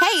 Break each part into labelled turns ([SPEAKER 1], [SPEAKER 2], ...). [SPEAKER 1] Hey,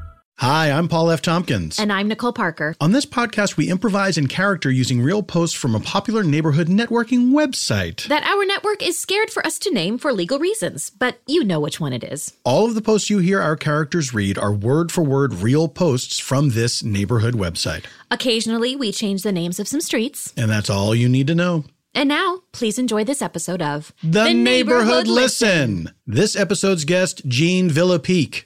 [SPEAKER 2] Hi, I'm Paul F. Tompkins.
[SPEAKER 3] And I'm Nicole Parker.
[SPEAKER 2] On this podcast, we improvise in character using real posts from a popular neighborhood networking website.
[SPEAKER 3] That our network is scared for us to name for legal reasons, but you know which one it is.
[SPEAKER 2] All of the posts you hear our characters read are word for word real posts from this neighborhood website.
[SPEAKER 3] Occasionally, we change the names of some streets.
[SPEAKER 2] And that's all you need to know.
[SPEAKER 3] And now, please enjoy this episode of
[SPEAKER 2] The, the Neighborhood, neighborhood Listen. Listen. This episode's guest, Jean Villapique.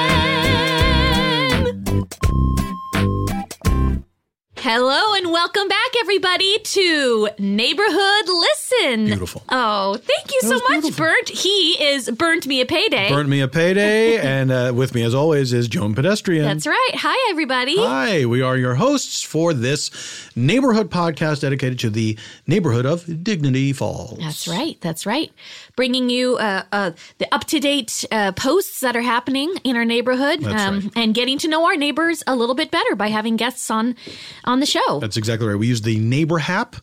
[SPEAKER 2] listen.
[SPEAKER 3] listen. Hello and welcome back, everybody, to Neighborhood Listen.
[SPEAKER 2] Beautiful.
[SPEAKER 3] Oh, thank you that so much, beautiful. Burnt. He is Burnt Me a Payday.
[SPEAKER 2] Burnt Me a Payday. and uh, with me, as always, is Joan Pedestrian.
[SPEAKER 3] That's right. Hi, everybody.
[SPEAKER 2] Hi. We are your hosts for this neighborhood podcast dedicated to the neighborhood of Dignity Falls.
[SPEAKER 3] That's right. That's right. Bringing you uh, uh, the up to date posts that are happening in our neighborhood
[SPEAKER 2] um, right.
[SPEAKER 3] and getting to know our neighbors a little bit better by having guests on on the show.
[SPEAKER 2] That's exactly right. We use the Neighbor Hap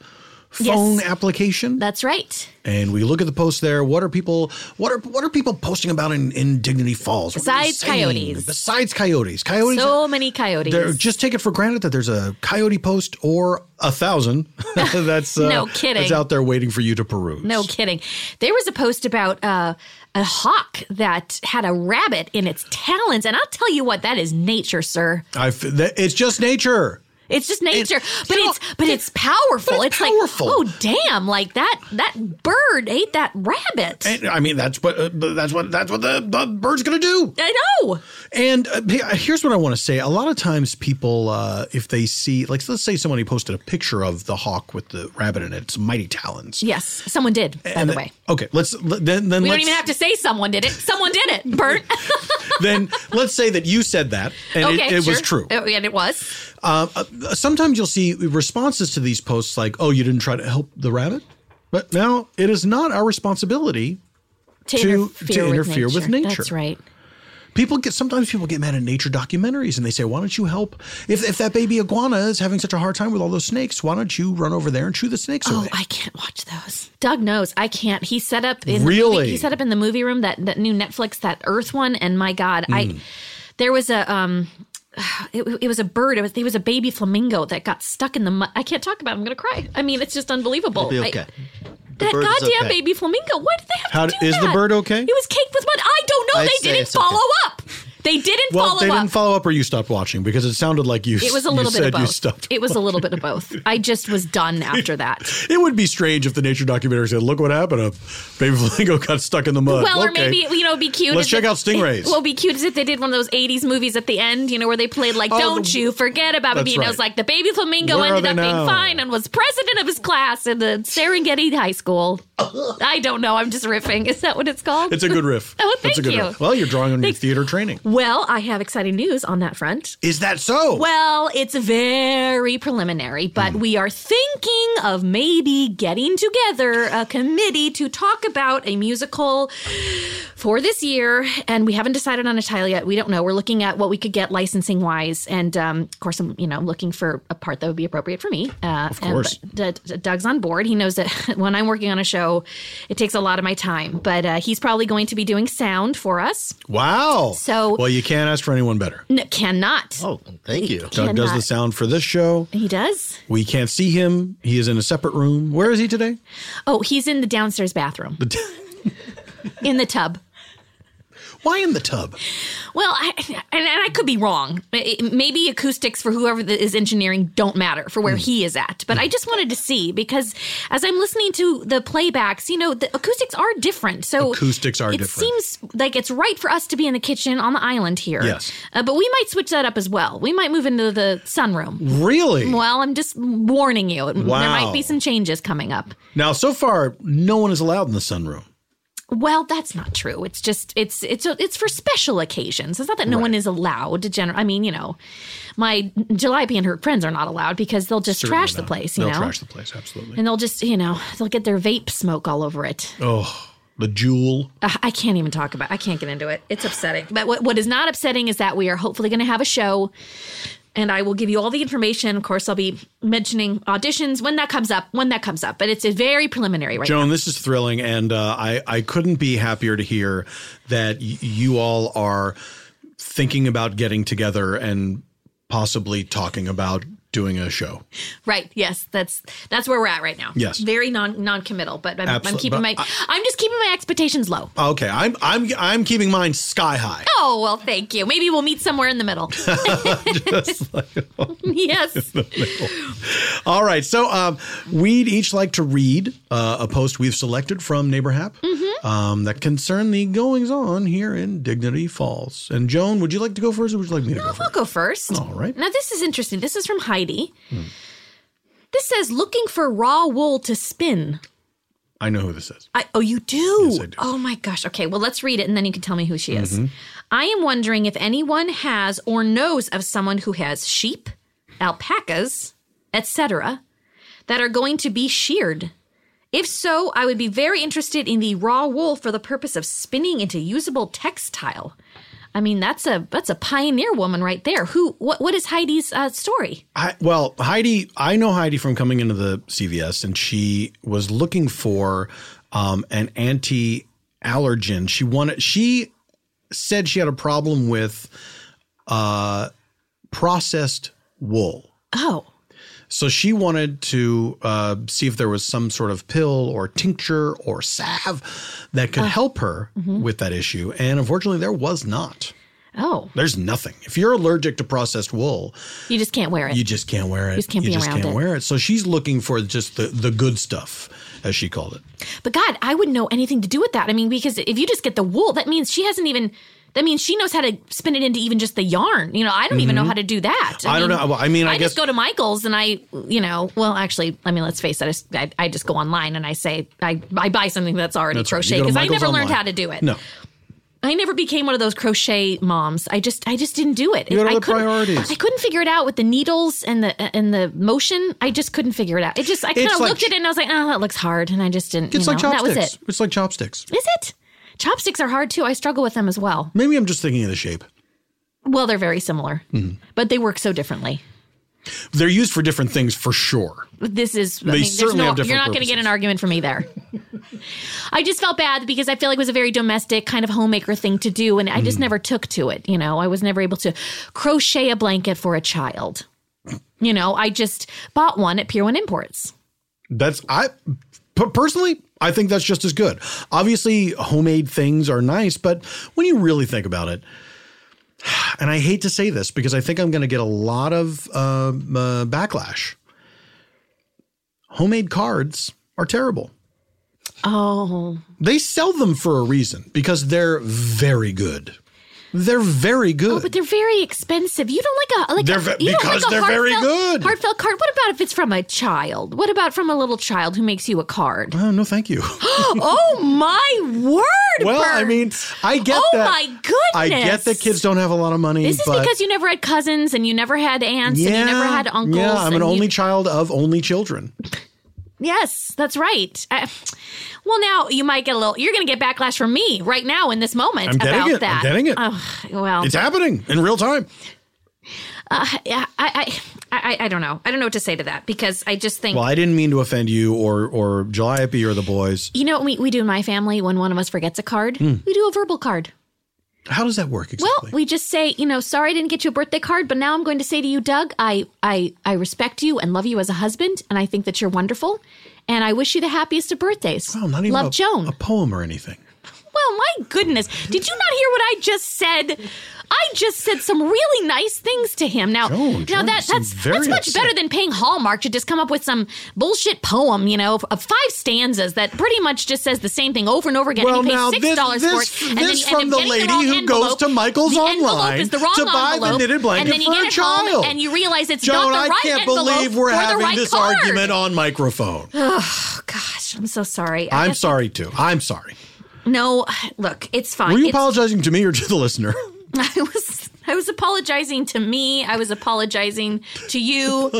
[SPEAKER 2] phone yes. application.
[SPEAKER 3] That's right.
[SPEAKER 2] And we look at the posts there. What are people what are what are people posting about in, in Dignity Falls? What
[SPEAKER 3] Besides coyotes.
[SPEAKER 2] Besides coyotes. Coyotes.
[SPEAKER 3] So many coyotes.
[SPEAKER 2] Just take it for granted that there's a coyote post or a thousand that's uh,
[SPEAKER 3] no kidding.
[SPEAKER 2] It's out there waiting for you to peruse.
[SPEAKER 3] No kidding. There was a post about uh, a hawk that had a rabbit in its talons, and I'll tell you what, that is nature, sir.
[SPEAKER 2] I. It's just nature.
[SPEAKER 3] It's just nature, it's, but, you know, it's, but it's powerful.
[SPEAKER 2] But
[SPEAKER 3] it's
[SPEAKER 2] powerful.
[SPEAKER 3] like oh damn, like that that bird ate that rabbit.
[SPEAKER 2] And, I mean that's what uh, that's what that's what the, the, bird's gonna do.
[SPEAKER 3] I know.
[SPEAKER 2] And uh, here's what I want to say: a lot of times people, uh, if they see like let's say somebody posted a picture of the hawk with the rabbit in it, its mighty talons.
[SPEAKER 3] Yes, someone did. By
[SPEAKER 2] and
[SPEAKER 3] the way,
[SPEAKER 2] okay, let's then then
[SPEAKER 3] we
[SPEAKER 2] don't
[SPEAKER 3] even have to say someone did it. Someone did it, Bert.
[SPEAKER 2] then let's say that you said that, and
[SPEAKER 3] okay,
[SPEAKER 2] it, it
[SPEAKER 3] sure. Oh.
[SPEAKER 2] was true, Uh,
[SPEAKER 3] and it was
[SPEAKER 2] sometimes you'll see responses to these posts like, "Oh, you didn't try to help the rabbit," but now it is not our responsibility
[SPEAKER 3] to, to interfere,
[SPEAKER 2] to interfere
[SPEAKER 3] with,
[SPEAKER 2] with, nature. with, nature.
[SPEAKER 3] That's right.
[SPEAKER 2] People get sometimes people get mad at nature documentaries and they say, "Why don't you help? If if that baby iguana is having such a hard time with all those snakes, why don't you run over there and chew the snakes
[SPEAKER 3] oh,
[SPEAKER 2] away?"
[SPEAKER 3] I can't watch those. Doug knows I can't. He set up in
[SPEAKER 2] really.
[SPEAKER 3] The movie, he set up in the movie room that that new Netflix that Earth one, and my God, mm.
[SPEAKER 2] Hmm.
[SPEAKER 3] I there was a um it, it, was a bird. It was, it was a baby flamingo that got stuck in the mud. I can't talk about. it. I'm going to cry. I mean, it's just unbelievable.
[SPEAKER 4] okay. I,
[SPEAKER 3] that goddamn okay. baby flamingo. Why did they have How, to do
[SPEAKER 2] Is
[SPEAKER 3] that?
[SPEAKER 2] the bird okay?
[SPEAKER 3] It was caked with mud. I don't know.
[SPEAKER 4] I'd
[SPEAKER 3] they didn't
[SPEAKER 4] okay.
[SPEAKER 3] follow up. They didn't
[SPEAKER 2] well,
[SPEAKER 3] follow
[SPEAKER 2] they
[SPEAKER 3] up.
[SPEAKER 2] didn't follow up, or you stopped watching because it sounded like you.
[SPEAKER 3] It was a little
[SPEAKER 2] you
[SPEAKER 3] bit of both.
[SPEAKER 2] stopped
[SPEAKER 3] it was a little bit of both. I just was done after that.
[SPEAKER 2] it would be strange if the nature documentary said, "Look what happened: a baby flamingo got stuck in the mud."
[SPEAKER 3] Well,
[SPEAKER 2] okay.
[SPEAKER 3] or maybe you know, it'd be cute.
[SPEAKER 2] Let's check
[SPEAKER 3] they,
[SPEAKER 2] out stingrays.
[SPEAKER 3] It, well, it'd be cute as if they did one of those '80s movies at the end, you know, where they played like,
[SPEAKER 2] Oh,
[SPEAKER 3] "Don't
[SPEAKER 2] the-
[SPEAKER 3] you forget about me?"
[SPEAKER 2] That's
[SPEAKER 3] And I
[SPEAKER 2] right.
[SPEAKER 3] was like, the baby flamingo
[SPEAKER 2] Where are
[SPEAKER 3] ended
[SPEAKER 2] they
[SPEAKER 3] up
[SPEAKER 2] now?
[SPEAKER 3] being fine and was president of his class in the Serengeti High School. I don't know. I'm just riffing. Is that what it's called?
[SPEAKER 2] It's a good riff.
[SPEAKER 3] Oh,
[SPEAKER 2] It's a
[SPEAKER 3] thank
[SPEAKER 2] good
[SPEAKER 3] you.
[SPEAKER 2] riff. Well, you're drawing on your theater training.
[SPEAKER 3] well, I have exciting news on that front.
[SPEAKER 2] Is that so?
[SPEAKER 3] Well, it's very preliminary, but we are thinking of maybe getting together a committee to talk about a musical for this year. And we haven't decided on a title yet. We don't know. We're looking at what we could get licensing wise. And um, of course, I'm, you know, looking for a part that would be appropriate for me. Uh, of
[SPEAKER 2] course.
[SPEAKER 3] Doug's on board. He knows that when I'm working on a show, it takes a lot of my time, but uh, he's probably going to be doing sound for us.
[SPEAKER 2] wow.
[SPEAKER 3] So-
[SPEAKER 2] well, you can't ask for anyone better.
[SPEAKER 3] N- cannot.
[SPEAKER 4] Oh, thank you.
[SPEAKER 2] Doug does the
[SPEAKER 3] cannot.
[SPEAKER 2] sound for this show.
[SPEAKER 3] He does?
[SPEAKER 2] We can't see him. He is in a separate room. Where is he today?
[SPEAKER 3] Oh, he's in the downstairs bathroom.
[SPEAKER 2] The t-
[SPEAKER 3] in the tub.
[SPEAKER 2] Why in the tub?
[SPEAKER 3] Well, I, and, and I could be wrong. It- it- Maybe acoustics for whoever that is engineering don't matter for where
[SPEAKER 2] Hmm.
[SPEAKER 3] he is at. But I just wanted to see because as I'm listening to the playbacks, you know, the acoustics are different. So
[SPEAKER 2] Acoustics are
[SPEAKER 3] it
[SPEAKER 2] different.
[SPEAKER 3] seems like it's right for us to be in the kitchen on the island here.
[SPEAKER 2] Yes.
[SPEAKER 3] Uh, but we might switch that up as well. We might move into the sunroom.
[SPEAKER 2] Really?
[SPEAKER 3] Well, I'm just warning you. There might
[SPEAKER 2] Wow.
[SPEAKER 3] be some changes coming up.
[SPEAKER 2] Now, so far, no one is allowed in the sunroom.
[SPEAKER 3] Well, that's not true. It's just it's it's it's for special occasions. It's not that no one is allowed to general. I mean, you know, my Jalopy and her friends are not allowed because they'll just
[SPEAKER 2] Certainly
[SPEAKER 3] trash the
[SPEAKER 2] not.
[SPEAKER 3] place. You
[SPEAKER 2] They'll
[SPEAKER 3] know, Mm.
[SPEAKER 2] trash the place, absolutely.
[SPEAKER 3] and they'll just you know they'll get their vape smoke all over it.
[SPEAKER 2] Oh, the jewel.
[SPEAKER 3] Uh, I can't even talk about. I can't get into it. It's upsetting. But what, what is not upsetting is that we are hopefully going to have a show, and I will give you all the information. Of course, I'll be mentioning auditions when that comes up. When that comes up, but it's a very preliminary right
[SPEAKER 2] Joan, this is thrilling, and uh, I I couldn't be happier to hear that y- you all are thinking about getting together and possibly talking about doing a show.
[SPEAKER 3] Right. Yes. That's that's where we're at right now.
[SPEAKER 2] Yes.
[SPEAKER 3] Very non non-committal, but I'm, I'm
[SPEAKER 2] Absolute-
[SPEAKER 3] keeping
[SPEAKER 2] but
[SPEAKER 3] my I, am just keeping my expectations low.
[SPEAKER 2] Okay, I'm I'm I'm keeping mine sky high.
[SPEAKER 3] Oh well, thank you. Maybe we'll meet somewhere in the middle. yes.
[SPEAKER 2] All right, so um, we'd each like to read uh, a post we've selected from NeighborHap um, that concern the goings on here in Dignity Falls. And Joan, would you like to go first, or would you like me to go
[SPEAKER 3] I'll
[SPEAKER 2] first?
[SPEAKER 3] go first.
[SPEAKER 2] All right. Hmm.
[SPEAKER 3] Now this is interesting. This is from Heidi. This says looking for raw wool to spin.
[SPEAKER 2] I know who this is.
[SPEAKER 3] I, oh, you do?
[SPEAKER 2] Yes, I do. Mm-hmm.
[SPEAKER 3] Oh my gosh. Okay, well, let's read it and then you can tell me who she is. I am wondering if anyone has or knows of someone who has sheep, alpacas, etc., that are going to be sheared. If so, I would be very interested in the raw wool for the purpose of spinning into usable textile. I mean, that's a that's a pioneer woman right there. Who? What? What is Heidi's uh, story?
[SPEAKER 2] I, well, Heidi, I know Heidi from coming into the CVS, and she was looking for um, an anti-allergen. She wanted. She said she had a problem with uh, processed wool,
[SPEAKER 3] Oh,
[SPEAKER 2] so she wanted to uh, see if there was some sort of pill or tincture or salve that
[SPEAKER 3] Ah.
[SPEAKER 2] could help her
[SPEAKER 3] Mm-hmm.
[SPEAKER 2] with that issue. And unfortunately, there was not.
[SPEAKER 3] oh,
[SPEAKER 2] There's nothing. If you're allergic to processed wool,
[SPEAKER 3] you just can't wear it.
[SPEAKER 2] you just can't wear it. You
[SPEAKER 3] just can't be around
[SPEAKER 2] can't
[SPEAKER 3] it.
[SPEAKER 2] wear it. So she's looking for just the, the good stuff, as she called it.
[SPEAKER 3] But God, I wouldn't know anything to do with that. I mean, because if you just get the wool, that means she hasn't even. That means she knows how to spin it into even just the yarn. You know, I don't even know how to do that.
[SPEAKER 2] Mm-hmm. I don't know. Well, I mean, I
[SPEAKER 3] just
[SPEAKER 2] guess-
[SPEAKER 3] go to Michael's and I, you know, well, actually, I mean, let's face it, I just, I, I just go online and I say I, I buy something that's already
[SPEAKER 2] That's right. You
[SPEAKER 3] crochet
[SPEAKER 2] go to
[SPEAKER 3] because I
[SPEAKER 2] Michael's
[SPEAKER 3] never learned
[SPEAKER 2] online.
[SPEAKER 3] how to do it.
[SPEAKER 2] No.
[SPEAKER 3] I never became one of those crochet moms. I just I just didn't do it.
[SPEAKER 2] had
[SPEAKER 3] I
[SPEAKER 2] other
[SPEAKER 3] couldn't-
[SPEAKER 2] priorities.
[SPEAKER 3] I couldn't figure it out with the needles and the and the motion. I just couldn't figure it out. It just I kind of
[SPEAKER 2] like
[SPEAKER 3] looked at it and I was like, oh, that looks hard, and I just didn't.
[SPEAKER 2] It's
[SPEAKER 3] you
[SPEAKER 2] like
[SPEAKER 3] know, that
[SPEAKER 2] chopsticks.
[SPEAKER 3] was it.
[SPEAKER 2] It's like chopsticks.
[SPEAKER 3] Is it? Chopsticks are hard too. I struggle with them as well.
[SPEAKER 2] Maybe I'm just thinking of the shape.
[SPEAKER 3] Well, they're very similar,
[SPEAKER 2] Mm-hmm.
[SPEAKER 3] but they work so differently.
[SPEAKER 2] They're used for different things for sure.
[SPEAKER 3] This is I
[SPEAKER 2] They
[SPEAKER 3] mean, there's
[SPEAKER 2] certainly
[SPEAKER 3] no,
[SPEAKER 2] have different
[SPEAKER 3] You're not going to get
[SPEAKER 2] purposes.
[SPEAKER 3] an argument from me there. I just felt bad because I feel like it was a very domestic kind of homemaker thing to do, and I just
[SPEAKER 2] Mm.
[SPEAKER 3] never took to it. You know, I was never able to crochet a blanket for a child. You know, I just bought one at Pier One Imports.
[SPEAKER 2] That's I per- personally, I think that's just as good. Obviously, homemade things are nice, but when you really think about it, and I hate to say this because I think I'm going to get a lot of um, uh, backlash. Homemade cards are terrible.
[SPEAKER 3] Oh,
[SPEAKER 2] Oh. They sell them for a reason because they're very good. They're very good.
[SPEAKER 3] Oh, but they're very expensive. You don't like a like
[SPEAKER 2] They're
[SPEAKER 3] a,
[SPEAKER 2] ve-
[SPEAKER 3] you don't
[SPEAKER 2] because
[SPEAKER 3] like a
[SPEAKER 2] they're very
[SPEAKER 3] heartfelt-
[SPEAKER 2] good.
[SPEAKER 3] Heartfelt card. What about if it's from a child? What about from a little child who makes you a card?
[SPEAKER 2] oh, no, thank you.
[SPEAKER 3] oh my word!
[SPEAKER 2] well, I
[SPEAKER 3] Bert.
[SPEAKER 2] mean, I get
[SPEAKER 3] Oh
[SPEAKER 2] that.
[SPEAKER 3] my
[SPEAKER 2] I get
[SPEAKER 3] goodness.
[SPEAKER 2] that kids don't have a lot of money.
[SPEAKER 3] This is
[SPEAKER 2] but
[SPEAKER 3] because you never had cousins and you never had aunts and you never had uncles.
[SPEAKER 2] Yeah, I'm an
[SPEAKER 3] and you-
[SPEAKER 2] only child of only children.
[SPEAKER 3] Yes, that's right. I, well, now you might get a little. You're going to get backlash from me right now in this moment
[SPEAKER 2] I'm getting
[SPEAKER 3] about
[SPEAKER 2] it. I'm
[SPEAKER 3] that.
[SPEAKER 2] getting it.
[SPEAKER 3] Oh, well, uh,
[SPEAKER 2] It's happening in real time.
[SPEAKER 3] yeah, I, I, I, I don't know. I don't know what to say to that because I just think
[SPEAKER 2] Well, I didn't mean to offend you or or Jalliope or the boys.
[SPEAKER 3] you know what we, we do in my family when one of us forgets a card, we do a verbal card.
[SPEAKER 2] How does that work
[SPEAKER 3] Well,
[SPEAKER 2] Hmm. exactly?
[SPEAKER 3] we just say, you know, sorry I didn't get you a birthday card, but now I'm going to say to you, Doug, I, I, I respect you and love you as a husband, and I think that you're wonderful, and I wish you the happiest of birthdays.
[SPEAKER 2] oh, not even
[SPEAKER 3] love
[SPEAKER 2] a,
[SPEAKER 3] Joan.
[SPEAKER 2] a poem or anything.
[SPEAKER 3] Well, my goodness. Did you not hear what I just said? I just said some really nice things to him. Now,
[SPEAKER 2] Joan,
[SPEAKER 3] now
[SPEAKER 2] Joan,
[SPEAKER 3] that
[SPEAKER 2] you seem
[SPEAKER 3] that's
[SPEAKER 2] very
[SPEAKER 3] that's much
[SPEAKER 2] upset.
[SPEAKER 3] better than paying Hallmark to just come up with some bullshit poem, you know, of five stanzas that pretty much just says the same thing over and over again.
[SPEAKER 2] Well,
[SPEAKER 3] and you
[SPEAKER 2] now
[SPEAKER 3] pay six dollars
[SPEAKER 2] this
[SPEAKER 3] for
[SPEAKER 2] this,
[SPEAKER 3] it. And then
[SPEAKER 2] this
[SPEAKER 3] you end
[SPEAKER 2] from
[SPEAKER 3] up
[SPEAKER 2] the
[SPEAKER 3] getting
[SPEAKER 2] lady
[SPEAKER 3] wrong
[SPEAKER 2] who goes
[SPEAKER 3] envelope.
[SPEAKER 2] to Michael's
[SPEAKER 3] the envelope
[SPEAKER 2] online
[SPEAKER 3] is the wrong
[SPEAKER 2] to buy
[SPEAKER 3] envelope,
[SPEAKER 2] the knitted blanket
[SPEAKER 3] and then you
[SPEAKER 2] for
[SPEAKER 3] get
[SPEAKER 2] a
[SPEAKER 3] it
[SPEAKER 2] child.
[SPEAKER 3] home and you realize it's
[SPEAKER 2] Joan,
[SPEAKER 3] not the
[SPEAKER 2] I
[SPEAKER 3] right
[SPEAKER 2] can't
[SPEAKER 3] envelope
[SPEAKER 2] believe we're
[SPEAKER 3] for the
[SPEAKER 2] having
[SPEAKER 3] right
[SPEAKER 2] this
[SPEAKER 3] card.
[SPEAKER 2] argument on microphone.
[SPEAKER 3] Gosh, I'm so sorry. I
[SPEAKER 2] I'm
[SPEAKER 3] guess-
[SPEAKER 2] sorry too. I'm sorry.
[SPEAKER 3] No, look, it's fine.
[SPEAKER 2] Were you
[SPEAKER 3] Uh, It's-
[SPEAKER 2] apologizing to me or to the listener?
[SPEAKER 3] I was I was apologizing to me. I was apologizing to you.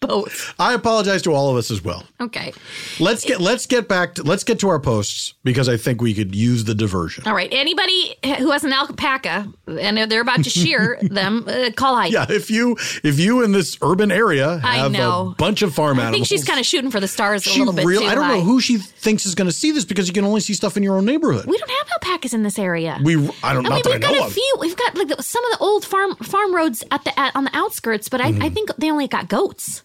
[SPEAKER 3] Both.
[SPEAKER 2] I apologize to all of us as well.
[SPEAKER 3] Okay.
[SPEAKER 2] Let's get let's get back to let's get to our posts because I think we could use the diversion.
[SPEAKER 3] All right. Anybody who has an alpaca and they're about to shear them, uh, call Ike.
[SPEAKER 2] Yeah, if you if you in this urban area
[SPEAKER 3] I
[SPEAKER 2] have a
[SPEAKER 3] know.
[SPEAKER 2] bunch of farm
[SPEAKER 3] I think
[SPEAKER 2] animals,
[SPEAKER 3] she's kind of shooting for the stars a
[SPEAKER 2] she
[SPEAKER 3] little bit
[SPEAKER 2] real-
[SPEAKER 3] too.
[SPEAKER 2] I don't know
[SPEAKER 3] high.
[SPEAKER 2] who she thinks is going to see this because you can only see stuff in your own neighborhood.
[SPEAKER 3] We don't have alpacas in this area.
[SPEAKER 2] We, I don't
[SPEAKER 3] I mean,
[SPEAKER 2] not that I
[SPEAKER 3] we've got
[SPEAKER 2] know
[SPEAKER 3] a
[SPEAKER 2] of.
[SPEAKER 3] few. We've got like the, some of the old farm farm roads at the at, on the outskirts, but I,
[SPEAKER 2] Mm-hmm.
[SPEAKER 3] I think they only got goats.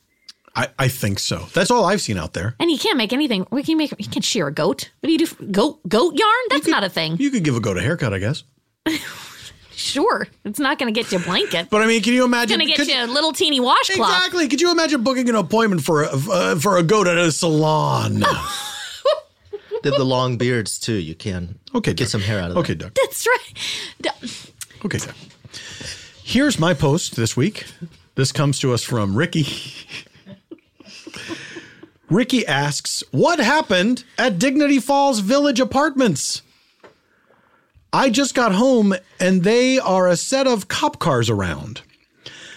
[SPEAKER 2] I, I think so. That's all I've seen out there.
[SPEAKER 3] And you can't make anything. We can make. You can shear a goat. What do you do? For, goat goat yarn? That's not a thing.
[SPEAKER 2] You could give a goat a haircut, I guess.
[SPEAKER 3] Sure, it's not going to get you a blanket.
[SPEAKER 2] But I mean, can you imagine?
[SPEAKER 3] It's going to get
[SPEAKER 2] could-
[SPEAKER 3] you a little teeny washcloth.
[SPEAKER 2] exactly. Could you imagine booking an appointment for a uh, for a goat at a salon?
[SPEAKER 4] Did the long beards too? You can
[SPEAKER 2] Okay,
[SPEAKER 4] get
[SPEAKER 2] Doug.
[SPEAKER 4] some hair out of
[SPEAKER 2] Okay, Doug.
[SPEAKER 4] that.
[SPEAKER 3] That's right. D-
[SPEAKER 2] Okay, Doug. Here's my post this week. This comes to us from Ricky. Ricky asks, "What happened at Dignity Falls Village Apartments?" I just got home and they are a set of cop cars around.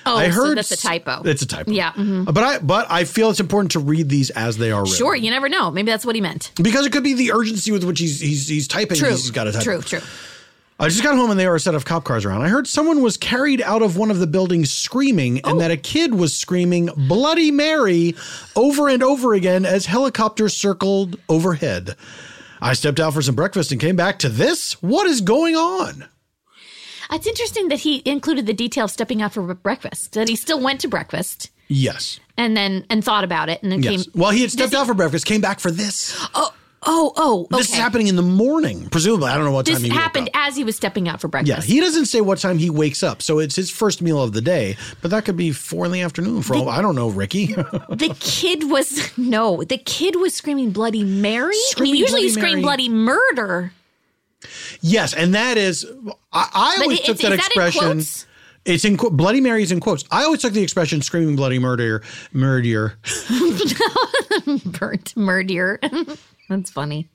[SPEAKER 3] Oh,
[SPEAKER 2] I heard
[SPEAKER 3] so that's a typo.
[SPEAKER 2] It's a typo.
[SPEAKER 3] Yeah, mhm.
[SPEAKER 2] But I but I feel it's important to read these as they are written.
[SPEAKER 3] sure, you never know. Maybe that's what he meant.
[SPEAKER 2] Because it could be the urgency with which he's he's, he's typing.
[SPEAKER 3] True.
[SPEAKER 2] He's got to type.
[SPEAKER 3] True, true. Uh,
[SPEAKER 2] I just got home and they were a set of cop cars around. I heard someone was carried out of one of the buildings screaming,
[SPEAKER 3] Oh.
[SPEAKER 2] and that a kid was screaming "Bloody Mary" over and over again as helicopters circled overhead. I stepped out for some breakfast and came back to this. What is going on?
[SPEAKER 3] It's interesting that he included the detail of stepping out for breakfast, that he still went to breakfast
[SPEAKER 2] Yes.
[SPEAKER 3] and then and thought about it and then
[SPEAKER 2] Yes.
[SPEAKER 3] came.
[SPEAKER 2] Well, he had stepped out for breakfast, came back for this.
[SPEAKER 3] Oh, oh, okay.
[SPEAKER 2] This is happening in the morning, presumably. I don't know what
[SPEAKER 3] This
[SPEAKER 2] time he woke
[SPEAKER 3] happened
[SPEAKER 2] up.
[SPEAKER 3] as he was stepping out for
[SPEAKER 2] Yeah,
[SPEAKER 3] breakfast.
[SPEAKER 2] he doesn't say what time he wakes up, so it's his first meal of the day. But that could be four in the afternoon. For all, I don't know, Ricky.
[SPEAKER 3] the kid was no, the kid was screaming "Bloody Mary." I
[SPEAKER 2] Screaming
[SPEAKER 3] mean, usually you
[SPEAKER 2] Bloody
[SPEAKER 3] scream
[SPEAKER 2] Mary.
[SPEAKER 3] "Bloody Murder."
[SPEAKER 2] yes, and that is, I, I
[SPEAKER 3] But
[SPEAKER 2] always
[SPEAKER 3] it-
[SPEAKER 2] took
[SPEAKER 3] is
[SPEAKER 2] that
[SPEAKER 3] that in
[SPEAKER 2] expression.
[SPEAKER 3] quotes?
[SPEAKER 2] it's in qu- Bloody Mary's in quotes. I always took the expression "screaming bloody murder, murder."
[SPEAKER 3] Burnt murder. that's funny.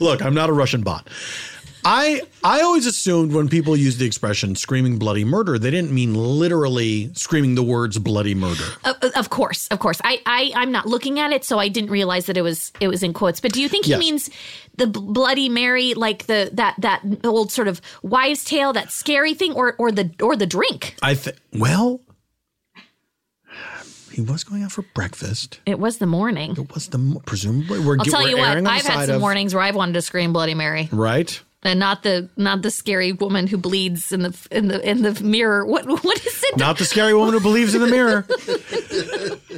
[SPEAKER 2] Look, I'm not a Russian bot. I I always assumed when people use the expression "screaming bloody murder," they didn't mean literally screaming the words "bloody murder."
[SPEAKER 3] Of, of course, of course. I, I I'm not looking at it, so I didn't realize that it was it was in quotes. But do you think he
[SPEAKER 2] Yes.
[SPEAKER 3] means the B- Bloody Mary, like the that that old sort of wives' tale, that scary thing, or or the or the drink?
[SPEAKER 2] I think. Well, he was going out for breakfast.
[SPEAKER 3] It was the morning.
[SPEAKER 2] It was the mo- presumably we're.
[SPEAKER 3] I'll tell
[SPEAKER 2] we're
[SPEAKER 3] you what,
[SPEAKER 2] erring on the
[SPEAKER 3] I've had
[SPEAKER 2] side
[SPEAKER 3] some
[SPEAKER 2] of-
[SPEAKER 3] mornings where I've wanted to scream Bloody Mary,
[SPEAKER 2] Right.
[SPEAKER 3] and not the not the scary woman who bleeds in the in the in the mirror. What what is it?
[SPEAKER 2] Not the scary woman who believes in the mirror.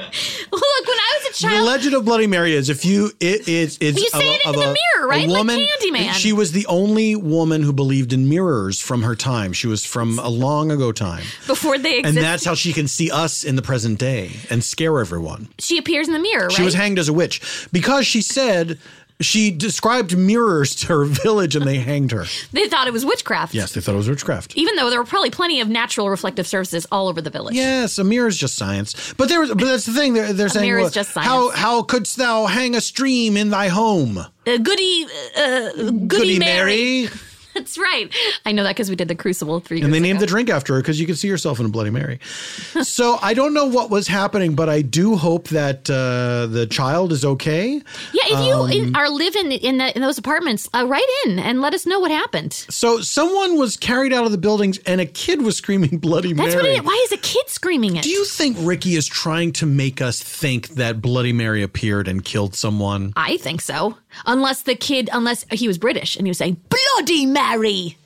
[SPEAKER 3] Look, when I was a
[SPEAKER 2] The
[SPEAKER 3] child,
[SPEAKER 2] legend of Bloody Mary is if you it is it's
[SPEAKER 3] You say it into the mirror, right?
[SPEAKER 2] A
[SPEAKER 3] Like
[SPEAKER 2] woman,
[SPEAKER 3] Candyman.
[SPEAKER 2] She was the only woman who believed in mirrors from her time. She was from a long ago time,
[SPEAKER 3] before they
[SPEAKER 2] and
[SPEAKER 3] existed,
[SPEAKER 2] that's how she can see us in the present day and scare everyone.
[SPEAKER 3] she appears in the mirror.
[SPEAKER 2] She was
[SPEAKER 3] right?
[SPEAKER 2] hanged as a witch because she said She described mirrors to her village and they hanged her.
[SPEAKER 3] They thought it was witchcraft.
[SPEAKER 2] Yes, they thought it was witchcraft.
[SPEAKER 3] Even though there were probably plenty of natural reflective surfaces all over the village.
[SPEAKER 2] Yes, a mirror is just science. But there was, but that's the thing. They're, they're saying,
[SPEAKER 3] mirror is
[SPEAKER 2] well,
[SPEAKER 3] just science.
[SPEAKER 2] how how couldst thou hang a stream in thy home?
[SPEAKER 3] Uh, goody, uh, goody,
[SPEAKER 2] Goody
[SPEAKER 3] Mary.
[SPEAKER 2] Mary.
[SPEAKER 3] That's right. I know that because we did the Crucible three.
[SPEAKER 2] And they
[SPEAKER 3] years
[SPEAKER 2] named
[SPEAKER 3] ago.
[SPEAKER 2] the drink after her because you could see yourself in a Bloody Mary. so I don't know what was happening, but I do hope that uh, the child is okay.
[SPEAKER 3] Yeah, if you
[SPEAKER 2] um,
[SPEAKER 3] in, are living in the, in those apartments, uh, write in and let us know what happened.
[SPEAKER 2] So someone was carried out of the buildings and a kid was screaming Bloody Mary.
[SPEAKER 3] That's what it is. Why is a kid screaming it?
[SPEAKER 2] Do you think Ricky is trying to make us think that Bloody Mary appeared and killed someone?
[SPEAKER 3] I think so. Unless the kid, unless he was British and he was saying Bloody Mary.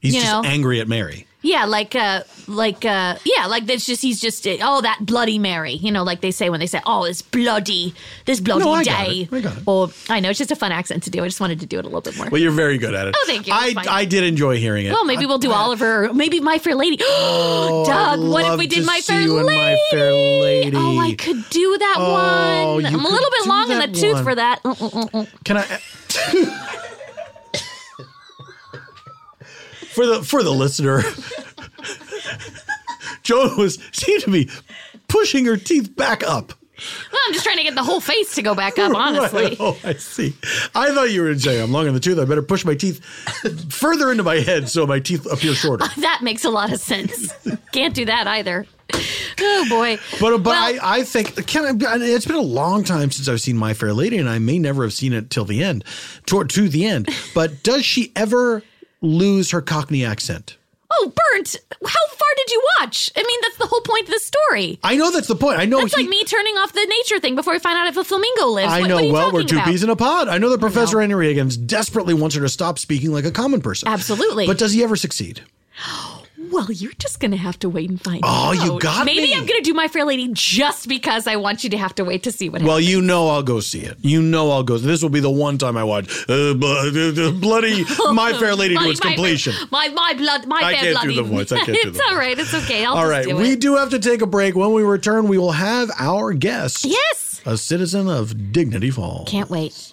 [SPEAKER 2] He's
[SPEAKER 3] You
[SPEAKER 2] just
[SPEAKER 3] know.
[SPEAKER 2] angry at Mary.
[SPEAKER 3] Yeah, like uh, like uh, yeah, like that's just he's just uh, oh that Bloody Mary, you know, like they say when they say oh it's bloody this bloody
[SPEAKER 2] I got
[SPEAKER 3] day.
[SPEAKER 2] it. I got it.
[SPEAKER 3] Or I know it's just a fun accent to do. I just wanted to do it a little bit more.
[SPEAKER 2] Well, you're very good at it.
[SPEAKER 3] Oh, thank you.
[SPEAKER 2] I,
[SPEAKER 3] It's fine.
[SPEAKER 2] I did enjoy hearing it.
[SPEAKER 3] Well, maybe we'll do Oliver. Or maybe My Fair Lady. Doug, what
[SPEAKER 2] Oh,
[SPEAKER 3] if
[SPEAKER 2] love
[SPEAKER 3] we
[SPEAKER 2] to
[SPEAKER 3] did My
[SPEAKER 2] see
[SPEAKER 3] Fair,
[SPEAKER 2] you in
[SPEAKER 3] Lady?
[SPEAKER 2] My Fair Lady.
[SPEAKER 3] Oh, I could do that
[SPEAKER 2] Oh,
[SPEAKER 3] one.
[SPEAKER 2] you
[SPEAKER 3] I'm a
[SPEAKER 2] could
[SPEAKER 3] little bit
[SPEAKER 2] do
[SPEAKER 3] long in the
[SPEAKER 2] that
[SPEAKER 3] tooth
[SPEAKER 2] one.
[SPEAKER 3] for that. Mm, mm, mm, mm.
[SPEAKER 2] Can I? for the for the listener, Joan was seemed to be pushing her teeth back up.
[SPEAKER 3] Well, I'm just trying to get the whole face to go back up, honestly.
[SPEAKER 2] Oh, I see. I thought you were saying I'm long in the tooth. I better push my teeth further into my head so my teeth appear shorter.
[SPEAKER 3] That makes a lot of sense. Can't do that either. Oh, boy.
[SPEAKER 2] But but
[SPEAKER 3] Well-
[SPEAKER 2] I, I think can I, it's been a long time since I've seen My Fair Lady, and I may never have seen it till the end, to, to the end. But does she ever lose her Cockney accent?
[SPEAKER 3] Oh, Burnt, how far did you watch? I mean, that's the whole point of the story.
[SPEAKER 2] I know that's the point. I know
[SPEAKER 3] That's
[SPEAKER 2] Oh, he-
[SPEAKER 3] like me turning off the nature thing before we find out if a flamingo lives.
[SPEAKER 2] I
[SPEAKER 3] What-
[SPEAKER 2] know.
[SPEAKER 3] what are you
[SPEAKER 2] well, we're
[SPEAKER 3] talking
[SPEAKER 2] two
[SPEAKER 3] about?
[SPEAKER 2] peas in a pod. I know that Professor Henry Higgins desperately wants her to stop speaking like a common person.
[SPEAKER 3] Absolutely.
[SPEAKER 2] But does he ever succeed?
[SPEAKER 3] Well, you're just gonna have to wait and find
[SPEAKER 2] Oh,
[SPEAKER 3] out.
[SPEAKER 2] you got
[SPEAKER 3] Maybe
[SPEAKER 2] me.
[SPEAKER 3] I'm gonna do My Fair Lady just because I want you to have to wait to see what
[SPEAKER 2] Well,
[SPEAKER 3] happens.
[SPEAKER 2] you know I'll go see it. You know I'll go. This will be the one time I watch uh, bl- uh, uh, bloody My Fair Lady to
[SPEAKER 3] My-
[SPEAKER 2] its
[SPEAKER 3] my-
[SPEAKER 2] completion.
[SPEAKER 3] My my blood, my
[SPEAKER 2] I
[SPEAKER 3] fair
[SPEAKER 2] can't do
[SPEAKER 3] bloody.
[SPEAKER 2] the voice. I can't do the
[SPEAKER 3] it's
[SPEAKER 2] voice.
[SPEAKER 3] all right. It's okay. I'll
[SPEAKER 2] All
[SPEAKER 3] just
[SPEAKER 2] right,
[SPEAKER 3] do
[SPEAKER 2] we
[SPEAKER 3] it.
[SPEAKER 2] do have to take a break. When we return, we will have our guest,
[SPEAKER 3] Yes.
[SPEAKER 2] a citizen of Dignity Falls.
[SPEAKER 3] Can't wait.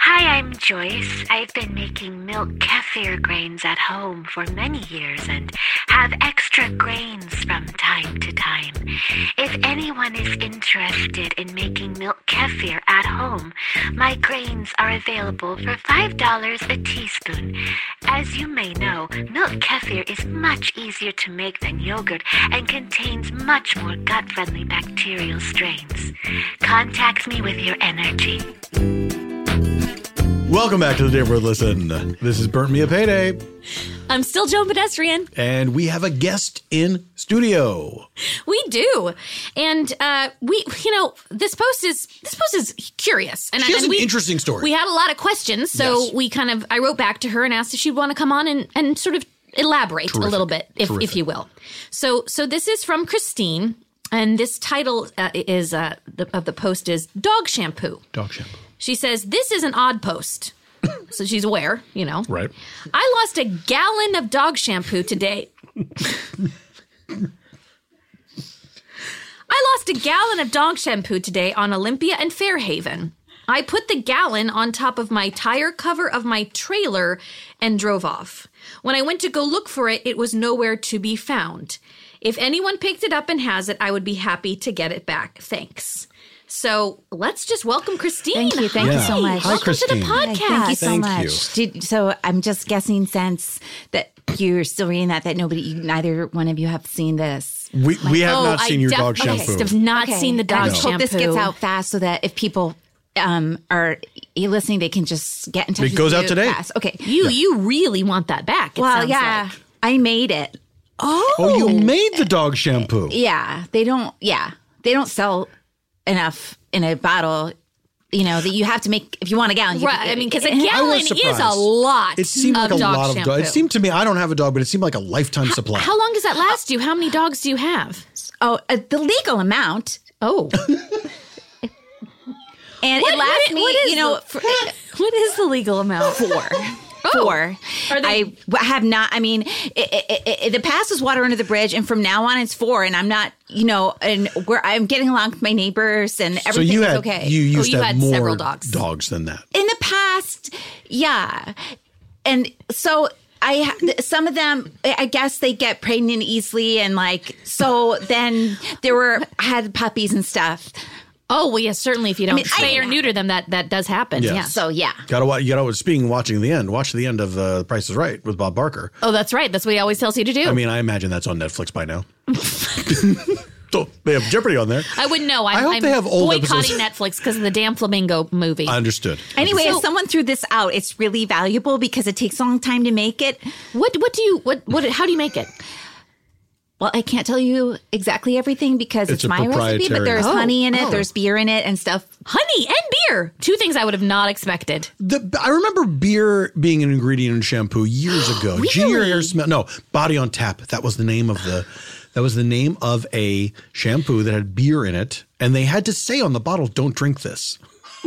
[SPEAKER 5] Hi, I'm Joyce. I've been making milk kefir grains at home for many years and have extra grains from time to time. If anyone is interested in making milk kefir at home, my grains are available for $5 a teaspoon. As you may know, milk kefir is much easier to make than yogurt and contains much more gut friendly bacterial strains. Contact me with your energy.
[SPEAKER 2] Welcome back to the Dave Word Listen. This is Burnt Me a Payday,
[SPEAKER 3] I'm still Joan Pedestrian.
[SPEAKER 2] and we have a guest in studio.
[SPEAKER 3] We do, and uh, we, you know, this post is this post is curious, and,
[SPEAKER 2] She has
[SPEAKER 3] and
[SPEAKER 2] an
[SPEAKER 3] we-
[SPEAKER 2] interesting story.
[SPEAKER 3] We had a lot of questions, so
[SPEAKER 2] Yes.
[SPEAKER 3] we kind of I wrote back to her and asked if she'd want to come on and, and sort of elaborate a little bit, if if you will. So so this is from Christine, and this title uh, is uh, the, of the post is dog shampoo.
[SPEAKER 2] Dog shampoo.
[SPEAKER 3] She says this is an odd post, so she's aware, you know.
[SPEAKER 2] Right.
[SPEAKER 3] I lost a gallon of dog shampoo today. I lost a gallon of dog shampoo today on Olympia and Fairhaven. I put the gallon on top of my tire cover of my trailer and drove off. When I went to go look for it, it was nowhere to be found. If anyone picked it up and has it, I would be happy to get it back. Thanks. So let's just welcome Christine.
[SPEAKER 6] Thank you. Thank you so
[SPEAKER 3] Hi.
[SPEAKER 6] much.
[SPEAKER 3] Welcome to the podcast.
[SPEAKER 6] Hi, thank you so much. Did, so I'm just guessing since that you're still reading that, that nobody, you, neither one of you have seen this.
[SPEAKER 2] We, we have
[SPEAKER 3] Oh,
[SPEAKER 2] not seen your dog shampoo.
[SPEAKER 3] have not seen the
[SPEAKER 6] and I
[SPEAKER 3] dog
[SPEAKER 6] just hope this
[SPEAKER 3] shampoo.
[SPEAKER 6] gets out fast so that if people um, are e- listening, they can just get in touch.
[SPEAKER 2] It
[SPEAKER 6] with
[SPEAKER 2] goes
[SPEAKER 6] you
[SPEAKER 2] out today.
[SPEAKER 6] Fast. Okay.
[SPEAKER 3] You you really want that back? it
[SPEAKER 6] well,
[SPEAKER 3] sounds
[SPEAKER 6] yeah, I made it. Oh,
[SPEAKER 2] Oh, you made the dog shampoo.
[SPEAKER 6] Yeah, they don't. Yeah, they don't sell enough in a bottle. You know that you have to make if you want a gallon. You
[SPEAKER 3] Right, I mean, 'cause a
[SPEAKER 6] I was
[SPEAKER 3] gallon is
[SPEAKER 2] surprised.
[SPEAKER 3] a lot.
[SPEAKER 2] It seemed like
[SPEAKER 3] of
[SPEAKER 2] a
[SPEAKER 3] dog
[SPEAKER 2] lot of dog. It
[SPEAKER 3] shampoo.
[SPEAKER 2] seemed to me, I don't have a dog, but it seemed like a lifetime supply.
[SPEAKER 3] How long does that last you? How many dogs do you have?
[SPEAKER 6] Oh, uh, the legal amount.
[SPEAKER 3] Oh.
[SPEAKER 6] and
[SPEAKER 3] What-
[SPEAKER 6] it lasts
[SPEAKER 3] what-
[SPEAKER 6] me.
[SPEAKER 3] what is
[SPEAKER 6] you know,
[SPEAKER 3] the-
[SPEAKER 6] for,
[SPEAKER 3] what is the legal amount?
[SPEAKER 6] Four. Four.
[SPEAKER 3] oh. Are they-
[SPEAKER 6] I w- have not. I mean, i i i i the past is water under the bridge, and from now on, it's four. And I'm not, you know, and where I'm getting along with my neighbors, and
[SPEAKER 2] so
[SPEAKER 6] everything
[SPEAKER 2] you
[SPEAKER 6] is
[SPEAKER 2] had
[SPEAKER 6] okay. Oh,
[SPEAKER 2] you used
[SPEAKER 3] Oh, you
[SPEAKER 2] to have
[SPEAKER 3] had
[SPEAKER 2] more
[SPEAKER 3] several dogs.
[SPEAKER 2] than that.
[SPEAKER 6] in the past yeah and so i ha- th- some of them i I guess they get pregnant easily and like so then there were i had puppies and stuff
[SPEAKER 3] Oh well, yeah, certainly. If you don't
[SPEAKER 6] mean, I-
[SPEAKER 3] spay or neuter them, that that does happen.
[SPEAKER 2] Yes.
[SPEAKER 3] Yeah.
[SPEAKER 6] so yeah
[SPEAKER 2] Gotta watch. You gotta speaking watching the end. Watch the end of uh, The Price is Right with Bob Barker.
[SPEAKER 3] Oh, that's right. That's what he always tells you to do.
[SPEAKER 2] I mean, I imagine that's on Netflix by now. So, they have Jeopardy on there.
[SPEAKER 3] I wouldn't know. I'm,
[SPEAKER 2] I hope
[SPEAKER 3] am
[SPEAKER 2] they have old episodes.
[SPEAKER 3] boycotting Netflix because of the damn flamingo movie.
[SPEAKER 2] I understood.
[SPEAKER 6] anyway
[SPEAKER 3] So-
[SPEAKER 6] if someone threw this out it's really valuable because it takes a long time to make it
[SPEAKER 3] what what do you what what how do you make it?
[SPEAKER 6] well i can't tell you exactly everything because
[SPEAKER 2] It's
[SPEAKER 6] it's,
[SPEAKER 2] a
[SPEAKER 6] my recipe but
[SPEAKER 2] proprietary-
[SPEAKER 6] there's
[SPEAKER 2] Oh,
[SPEAKER 6] honey in it there's beer in it and stuff
[SPEAKER 3] Honey and beer. Two things I would have not expected.
[SPEAKER 2] The, I remember beer being an ingredient in shampoo years ago. Gee, your hair smell. No, Body on Tap. That was the name of the. That was the name of a shampoo that had beer in it, and they had to say on the bottle, "Don't drink this."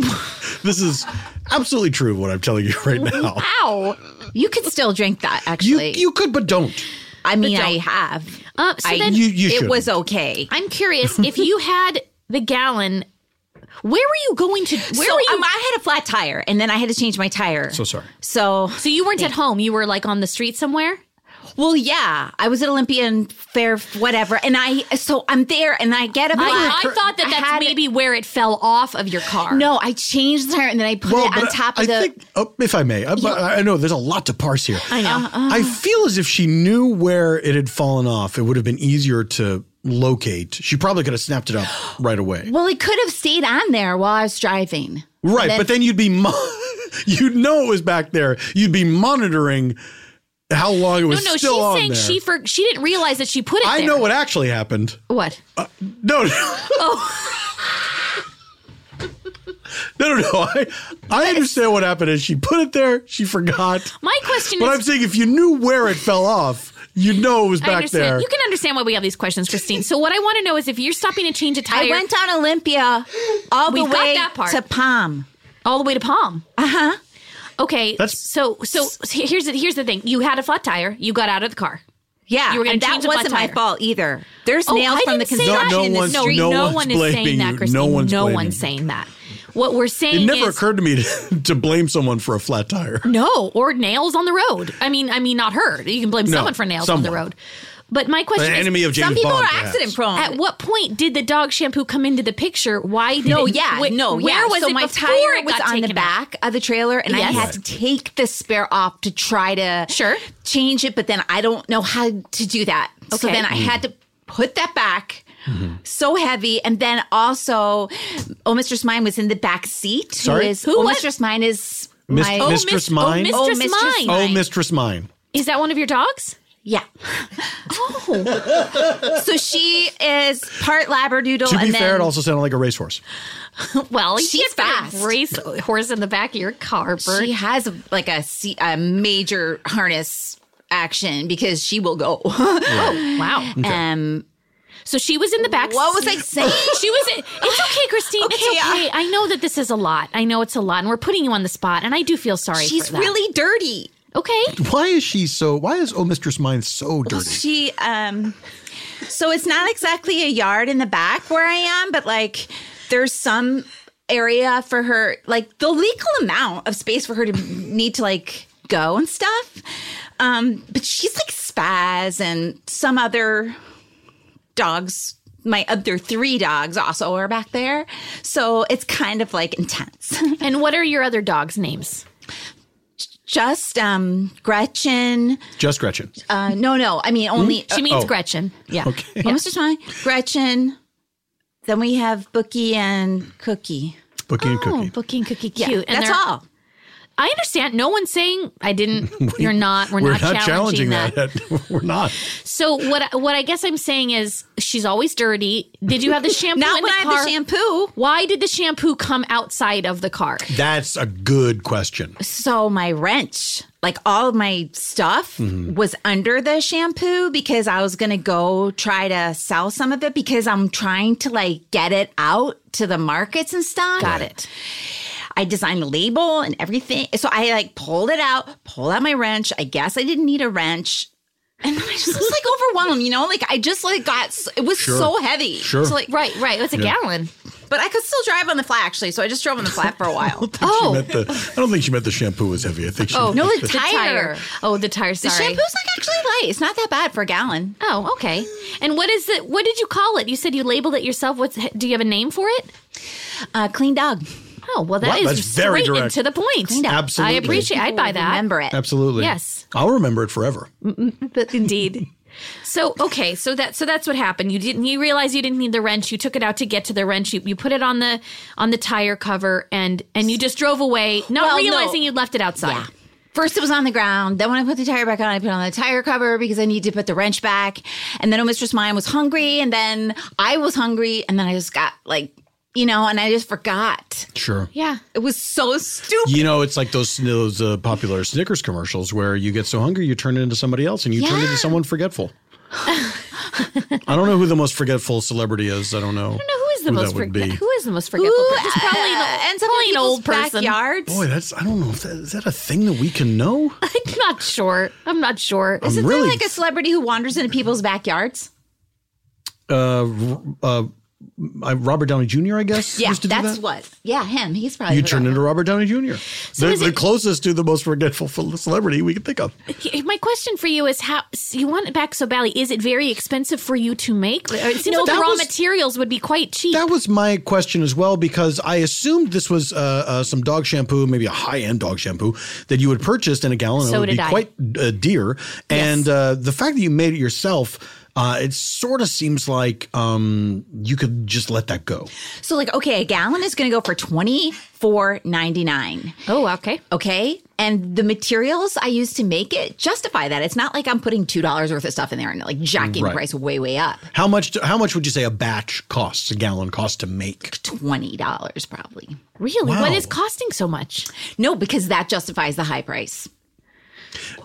[SPEAKER 2] this is absolutely true. What I'm telling you right now.
[SPEAKER 6] ow you could still drink that
[SPEAKER 2] You
[SPEAKER 6] actually
[SPEAKER 2] you could, but don't.
[SPEAKER 6] i mean i
[SPEAKER 3] don't.
[SPEAKER 6] have
[SPEAKER 3] Uh, so
[SPEAKER 6] I,
[SPEAKER 3] then
[SPEAKER 2] You- you
[SPEAKER 6] it was
[SPEAKER 2] shouldn't.
[SPEAKER 6] okay
[SPEAKER 3] I'm curious if you had the gallon. Where were you going to? Where
[SPEAKER 6] so
[SPEAKER 3] were you?
[SPEAKER 6] um, I had a flat tire, and then I had to change my tire.
[SPEAKER 2] So sorry.
[SPEAKER 6] So,
[SPEAKER 3] so you weren't at home. You were like on the street somewhere.
[SPEAKER 6] well, yeah, I was at Olympian Fair, whatever, and I so I'm there, and I get a
[SPEAKER 3] I, I thought that
[SPEAKER 6] I
[SPEAKER 3] that's
[SPEAKER 6] had-
[SPEAKER 3] maybe where it fell off of your car.
[SPEAKER 6] No, I changed the tire, and then I put it on
[SPEAKER 2] but
[SPEAKER 6] top
[SPEAKER 2] I
[SPEAKER 6] of the.
[SPEAKER 2] think, oh, if I may, I, but I know there's a lot to parse here. I know. I feel as if she knew where it had fallen off. It would have been easier to locate. She probably could have snapped it up right away.
[SPEAKER 6] well, it could have stayed on there while I was driving.
[SPEAKER 2] right, but then you'd be, mo- you'd know it was back there. You'd be monitoring how long it
[SPEAKER 3] no,
[SPEAKER 2] was
[SPEAKER 3] no. She's
[SPEAKER 2] still on
[SPEAKER 3] saying
[SPEAKER 2] there.
[SPEAKER 3] she for she didn't realize that she put it.
[SPEAKER 2] I
[SPEAKER 3] there.
[SPEAKER 2] know what Uh, actually happened.
[SPEAKER 3] What?
[SPEAKER 2] No, no. no, no, no. I, I understand what happened. Is she put it there? She forgot.
[SPEAKER 3] My question
[SPEAKER 2] But
[SPEAKER 3] is.
[SPEAKER 2] I'm saying if you knew where it fell off, you'd know it was
[SPEAKER 3] I
[SPEAKER 2] back
[SPEAKER 3] understand.
[SPEAKER 2] there.
[SPEAKER 3] You can understand why we have these questions, Christine. So what I want to know is if you're stopping to change a tire
[SPEAKER 6] I went on Olympia all the
[SPEAKER 3] We've got
[SPEAKER 6] way
[SPEAKER 3] that part.
[SPEAKER 6] to Palm.
[SPEAKER 3] all the way to Palm. Uh
[SPEAKER 6] Uh-huh.
[SPEAKER 3] Okay.
[SPEAKER 2] That's-
[SPEAKER 3] so so here's the, here's the thing. You had a flat tire. You got out of the car.
[SPEAKER 6] Yeah,
[SPEAKER 3] You were gonna
[SPEAKER 6] and
[SPEAKER 3] change
[SPEAKER 6] that
[SPEAKER 3] the flat
[SPEAKER 6] wasn't
[SPEAKER 3] tire.
[SPEAKER 6] my fault either. There's
[SPEAKER 3] Oh,
[SPEAKER 6] nails
[SPEAKER 3] I
[SPEAKER 6] from the
[SPEAKER 3] didn't say that.
[SPEAKER 6] construction
[SPEAKER 2] No, no
[SPEAKER 6] in the
[SPEAKER 2] one's-
[SPEAKER 6] street.
[SPEAKER 2] no
[SPEAKER 3] no
[SPEAKER 2] one's
[SPEAKER 3] one is
[SPEAKER 2] blaming
[SPEAKER 3] saying that,
[SPEAKER 2] you.
[SPEAKER 3] Christine.
[SPEAKER 2] No one's
[SPEAKER 3] no
[SPEAKER 2] blaming
[SPEAKER 3] one's
[SPEAKER 2] you.
[SPEAKER 3] saying that. What we're saying
[SPEAKER 2] it never
[SPEAKER 3] is
[SPEAKER 2] occurred to me to, to blame someone for a flat tire.
[SPEAKER 3] no, or nails on the road. I mean, I mean, not her. You can blame
[SPEAKER 2] No,
[SPEAKER 3] someone for nails on the
[SPEAKER 2] someone.
[SPEAKER 3] road. But my question
[SPEAKER 2] An
[SPEAKER 3] is,
[SPEAKER 2] enemy of James
[SPEAKER 6] Some people
[SPEAKER 2] Bond.
[SPEAKER 6] are
[SPEAKER 2] perhaps.
[SPEAKER 6] accident prone.
[SPEAKER 3] At what point did the dog shampoo come into the picture? Why? Did
[SPEAKER 6] No,
[SPEAKER 3] it,
[SPEAKER 6] yeah,
[SPEAKER 3] wh-
[SPEAKER 6] no.
[SPEAKER 3] Where
[SPEAKER 6] yeah.
[SPEAKER 3] was
[SPEAKER 6] so
[SPEAKER 3] it
[SPEAKER 6] my
[SPEAKER 3] before
[SPEAKER 6] tire
[SPEAKER 3] it
[SPEAKER 6] was
[SPEAKER 3] got
[SPEAKER 6] on the
[SPEAKER 3] taken out?
[SPEAKER 6] back of the trailer, and
[SPEAKER 3] Yes.
[SPEAKER 6] I had
[SPEAKER 3] Right.
[SPEAKER 6] to take the spare off to try to
[SPEAKER 3] Sure.
[SPEAKER 6] change it, but then I don't know how to do that. So
[SPEAKER 3] Okay.
[SPEAKER 6] then I had to put that back. So heavy, and then also, oh, Mistress Mine was in the back seat.
[SPEAKER 2] Sorry?
[SPEAKER 6] who is
[SPEAKER 3] Who
[SPEAKER 6] oh,
[SPEAKER 3] was-
[SPEAKER 6] Mistress Mine is
[SPEAKER 2] Mis-
[SPEAKER 6] my
[SPEAKER 2] Miss- Mistress
[SPEAKER 3] Mis-
[SPEAKER 2] Mine?
[SPEAKER 3] Oh, Mistress,
[SPEAKER 6] Oh, Mistress
[SPEAKER 3] Mine.
[SPEAKER 2] Oh, mistress mine.
[SPEAKER 3] Is that one of your dogs?
[SPEAKER 6] yeah.
[SPEAKER 3] Oh,
[SPEAKER 6] So she is part Labradoodle,
[SPEAKER 2] To be
[SPEAKER 6] and
[SPEAKER 2] fair,
[SPEAKER 6] then
[SPEAKER 2] it also sounded like a racehorse.
[SPEAKER 3] well, you
[SPEAKER 6] She's
[SPEAKER 3] can't put a
[SPEAKER 6] fast.
[SPEAKER 3] Race horse in the back of your car, Bert.
[SPEAKER 6] she has like a, se- a major harness action because she will go.
[SPEAKER 3] wow.
[SPEAKER 6] Um,
[SPEAKER 3] So she was in the back.
[SPEAKER 6] What was I
[SPEAKER 3] seat.
[SPEAKER 6] saying?
[SPEAKER 3] She was. In, it's okay, Christine.
[SPEAKER 6] Okay,
[SPEAKER 3] it's okay. uh, I know that this is a lot. I know it's a lot, and we're putting you on the spot. And I do feel sorry.
[SPEAKER 6] she's
[SPEAKER 3] for that.
[SPEAKER 6] really dirty.
[SPEAKER 3] okay.
[SPEAKER 2] Why is she so? Why is oh, mistress mine so dirty?
[SPEAKER 6] She um, so it's not exactly a yard in the back where I am, but like there's some area for her, like the legal amount of space for her to need to like go and stuff. Um, but she's like Spaz and some other dogs. My other three dogs also are back there. So it's kind of like intense.
[SPEAKER 3] and what are your other dogs' names?
[SPEAKER 6] Just um, Gretchen.
[SPEAKER 2] Just Gretchen.
[SPEAKER 6] Uh, no, no. I mean, only.
[SPEAKER 3] She means Oh. Gretchen.
[SPEAKER 6] Yeah.
[SPEAKER 3] Okay.
[SPEAKER 6] What was just mine? Gretchen. Then we have Bookie and Cookie.
[SPEAKER 2] Bookie
[SPEAKER 6] oh,
[SPEAKER 2] and Cookie.
[SPEAKER 3] Oh, Bookie and Cookie,
[SPEAKER 6] Yeah,
[SPEAKER 3] cute. and
[SPEAKER 6] that's
[SPEAKER 3] they're-
[SPEAKER 6] all.
[SPEAKER 3] I understand. No one's saying I didn't. You're not. We're, not, challenging, that.
[SPEAKER 2] We're not.
[SPEAKER 3] So what? I- What I guess I'm saying is she's always dirty. Did you have the shampoo?
[SPEAKER 6] Not
[SPEAKER 3] in
[SPEAKER 6] when
[SPEAKER 3] the
[SPEAKER 6] I had the
[SPEAKER 3] car?
[SPEAKER 6] shampoo.
[SPEAKER 3] Why did the shampoo come outside of the car?
[SPEAKER 2] That's a good question.
[SPEAKER 6] So my wrench, like all of my stuff,
[SPEAKER 2] Mhm.
[SPEAKER 6] was under the shampoo because I was gonna go try to sell some of it because I'm trying to like get it out to the markets and stuff.
[SPEAKER 3] Got it.
[SPEAKER 6] I designed a label and everything. So I like pulled it out, pulled out my wrench. I guess I didn't need a wrench. And then I just was like overwhelmed, you know? Like I just like got, s- it was
[SPEAKER 3] Sure.
[SPEAKER 6] so heavy.
[SPEAKER 3] Sure.
[SPEAKER 6] So like,
[SPEAKER 3] right, right. It's a
[SPEAKER 2] Yeah.
[SPEAKER 3] gallon.
[SPEAKER 6] But I could still drive on the flat actually. So I just drove on the flat for a while.
[SPEAKER 3] Oh.
[SPEAKER 2] She meant the, I don't think she meant the shampoo was heavy. I think she
[SPEAKER 6] Oh,
[SPEAKER 2] meant
[SPEAKER 6] no, the tire.
[SPEAKER 3] Oh, the tire. Sorry.
[SPEAKER 6] The shampoo's like actually light. It's not that bad for a gallon.
[SPEAKER 3] Oh, okay. And what is it? What did you call it? You said you labeled it yourself. What's? Do you have a name for it?
[SPEAKER 6] Uh, clean dog.
[SPEAKER 3] Oh well, that
[SPEAKER 2] Wow,
[SPEAKER 3] is
[SPEAKER 2] that's very
[SPEAKER 3] straight
[SPEAKER 2] direct.
[SPEAKER 3] and to the point.
[SPEAKER 2] Clean dog. Absolutely.
[SPEAKER 3] I appreciate. I'd buy that.
[SPEAKER 6] Remember it.
[SPEAKER 2] Absolutely.
[SPEAKER 3] Yes.
[SPEAKER 2] I'll remember it forever.
[SPEAKER 3] but indeed. So okay, so that so that's what happened. You didn't you realize you didn't need the wrench. You took it out to get to the wrench. You, you put it on the on the tire cover and and you just drove away, not
[SPEAKER 6] Well, no.
[SPEAKER 3] realizing you'd left it outside.
[SPEAKER 6] First, it was on the ground. Then, when I put the tire back on, I put it on the tire cover because I need to put the wrench back. And then, oh, Mistress Mine was hungry. And then I was hungry. And then I just got like, you know, and I just forgot.
[SPEAKER 2] Sure.
[SPEAKER 3] Yeah.
[SPEAKER 6] It was so stupid.
[SPEAKER 2] You know, it's like those those uh, popular Snickers commercials where you get so hungry you turn into somebody else and you turn into someone forgetful. I don't know who the most forgetful celebrity is. I don't know. I don't
[SPEAKER 3] know Who is the most
[SPEAKER 2] that would
[SPEAKER 3] forget-
[SPEAKER 2] be.
[SPEAKER 3] who is the most forgetful? person? It's probably an-
[SPEAKER 6] ends up
[SPEAKER 3] probably
[SPEAKER 6] in
[SPEAKER 3] an old
[SPEAKER 6] people's
[SPEAKER 3] person.
[SPEAKER 6] backyards?
[SPEAKER 2] Boy, that's I don't know if that is that a thing that we can know.
[SPEAKER 3] I'm not sure. I'm not sure.
[SPEAKER 2] I'm
[SPEAKER 6] Isn't
[SPEAKER 2] really-
[SPEAKER 6] there like a celebrity who wanders into people's backyards?
[SPEAKER 2] Uh, uh, I- Robert Downey Jr. I guess.
[SPEAKER 6] Yeah,
[SPEAKER 2] used to do
[SPEAKER 6] that's
[SPEAKER 2] that.
[SPEAKER 6] what. Yeah, him. He's probably.
[SPEAKER 2] You
[SPEAKER 6] who
[SPEAKER 2] turn
[SPEAKER 6] that-
[SPEAKER 2] into Robert Downey Jr.
[SPEAKER 3] So
[SPEAKER 2] the,
[SPEAKER 3] is
[SPEAKER 2] the
[SPEAKER 3] it-
[SPEAKER 2] closest to the most forgetful fel- celebrity we can think of.
[SPEAKER 3] He- My question for you is how so you want it back so badly. Is it very expensive for you to make? It seems
[SPEAKER 2] No,
[SPEAKER 3] like the
[SPEAKER 2] that
[SPEAKER 3] raw
[SPEAKER 2] was-
[SPEAKER 3] materials would be quite cheap.
[SPEAKER 2] That was my question as well because I assumed this was uh, uh, some dog shampoo, maybe a high end dog shampoo that you had purchased in a gallon.
[SPEAKER 3] So
[SPEAKER 2] it would
[SPEAKER 3] did
[SPEAKER 2] be
[SPEAKER 3] I.
[SPEAKER 2] quite uh, dear, and uh, the fact that you made it yourself, uh, it sort of seems like um, you could just let that go.
[SPEAKER 6] So like, okay, a gallon is going to go for twenty four ninety nine.
[SPEAKER 3] Oh, okay,
[SPEAKER 6] okay. And the materials I use to make it justify that. It's not like I'm putting two dollars worth of stuff in there and like jacking
[SPEAKER 2] Right.
[SPEAKER 6] the price way, way up.
[SPEAKER 2] How much? How much would you say a batch costs? A gallon costs to make?
[SPEAKER 6] Twenty dollars probably.
[SPEAKER 3] Really? What
[SPEAKER 2] Wow.
[SPEAKER 3] is costing so much?
[SPEAKER 6] No, because that justifies the high price.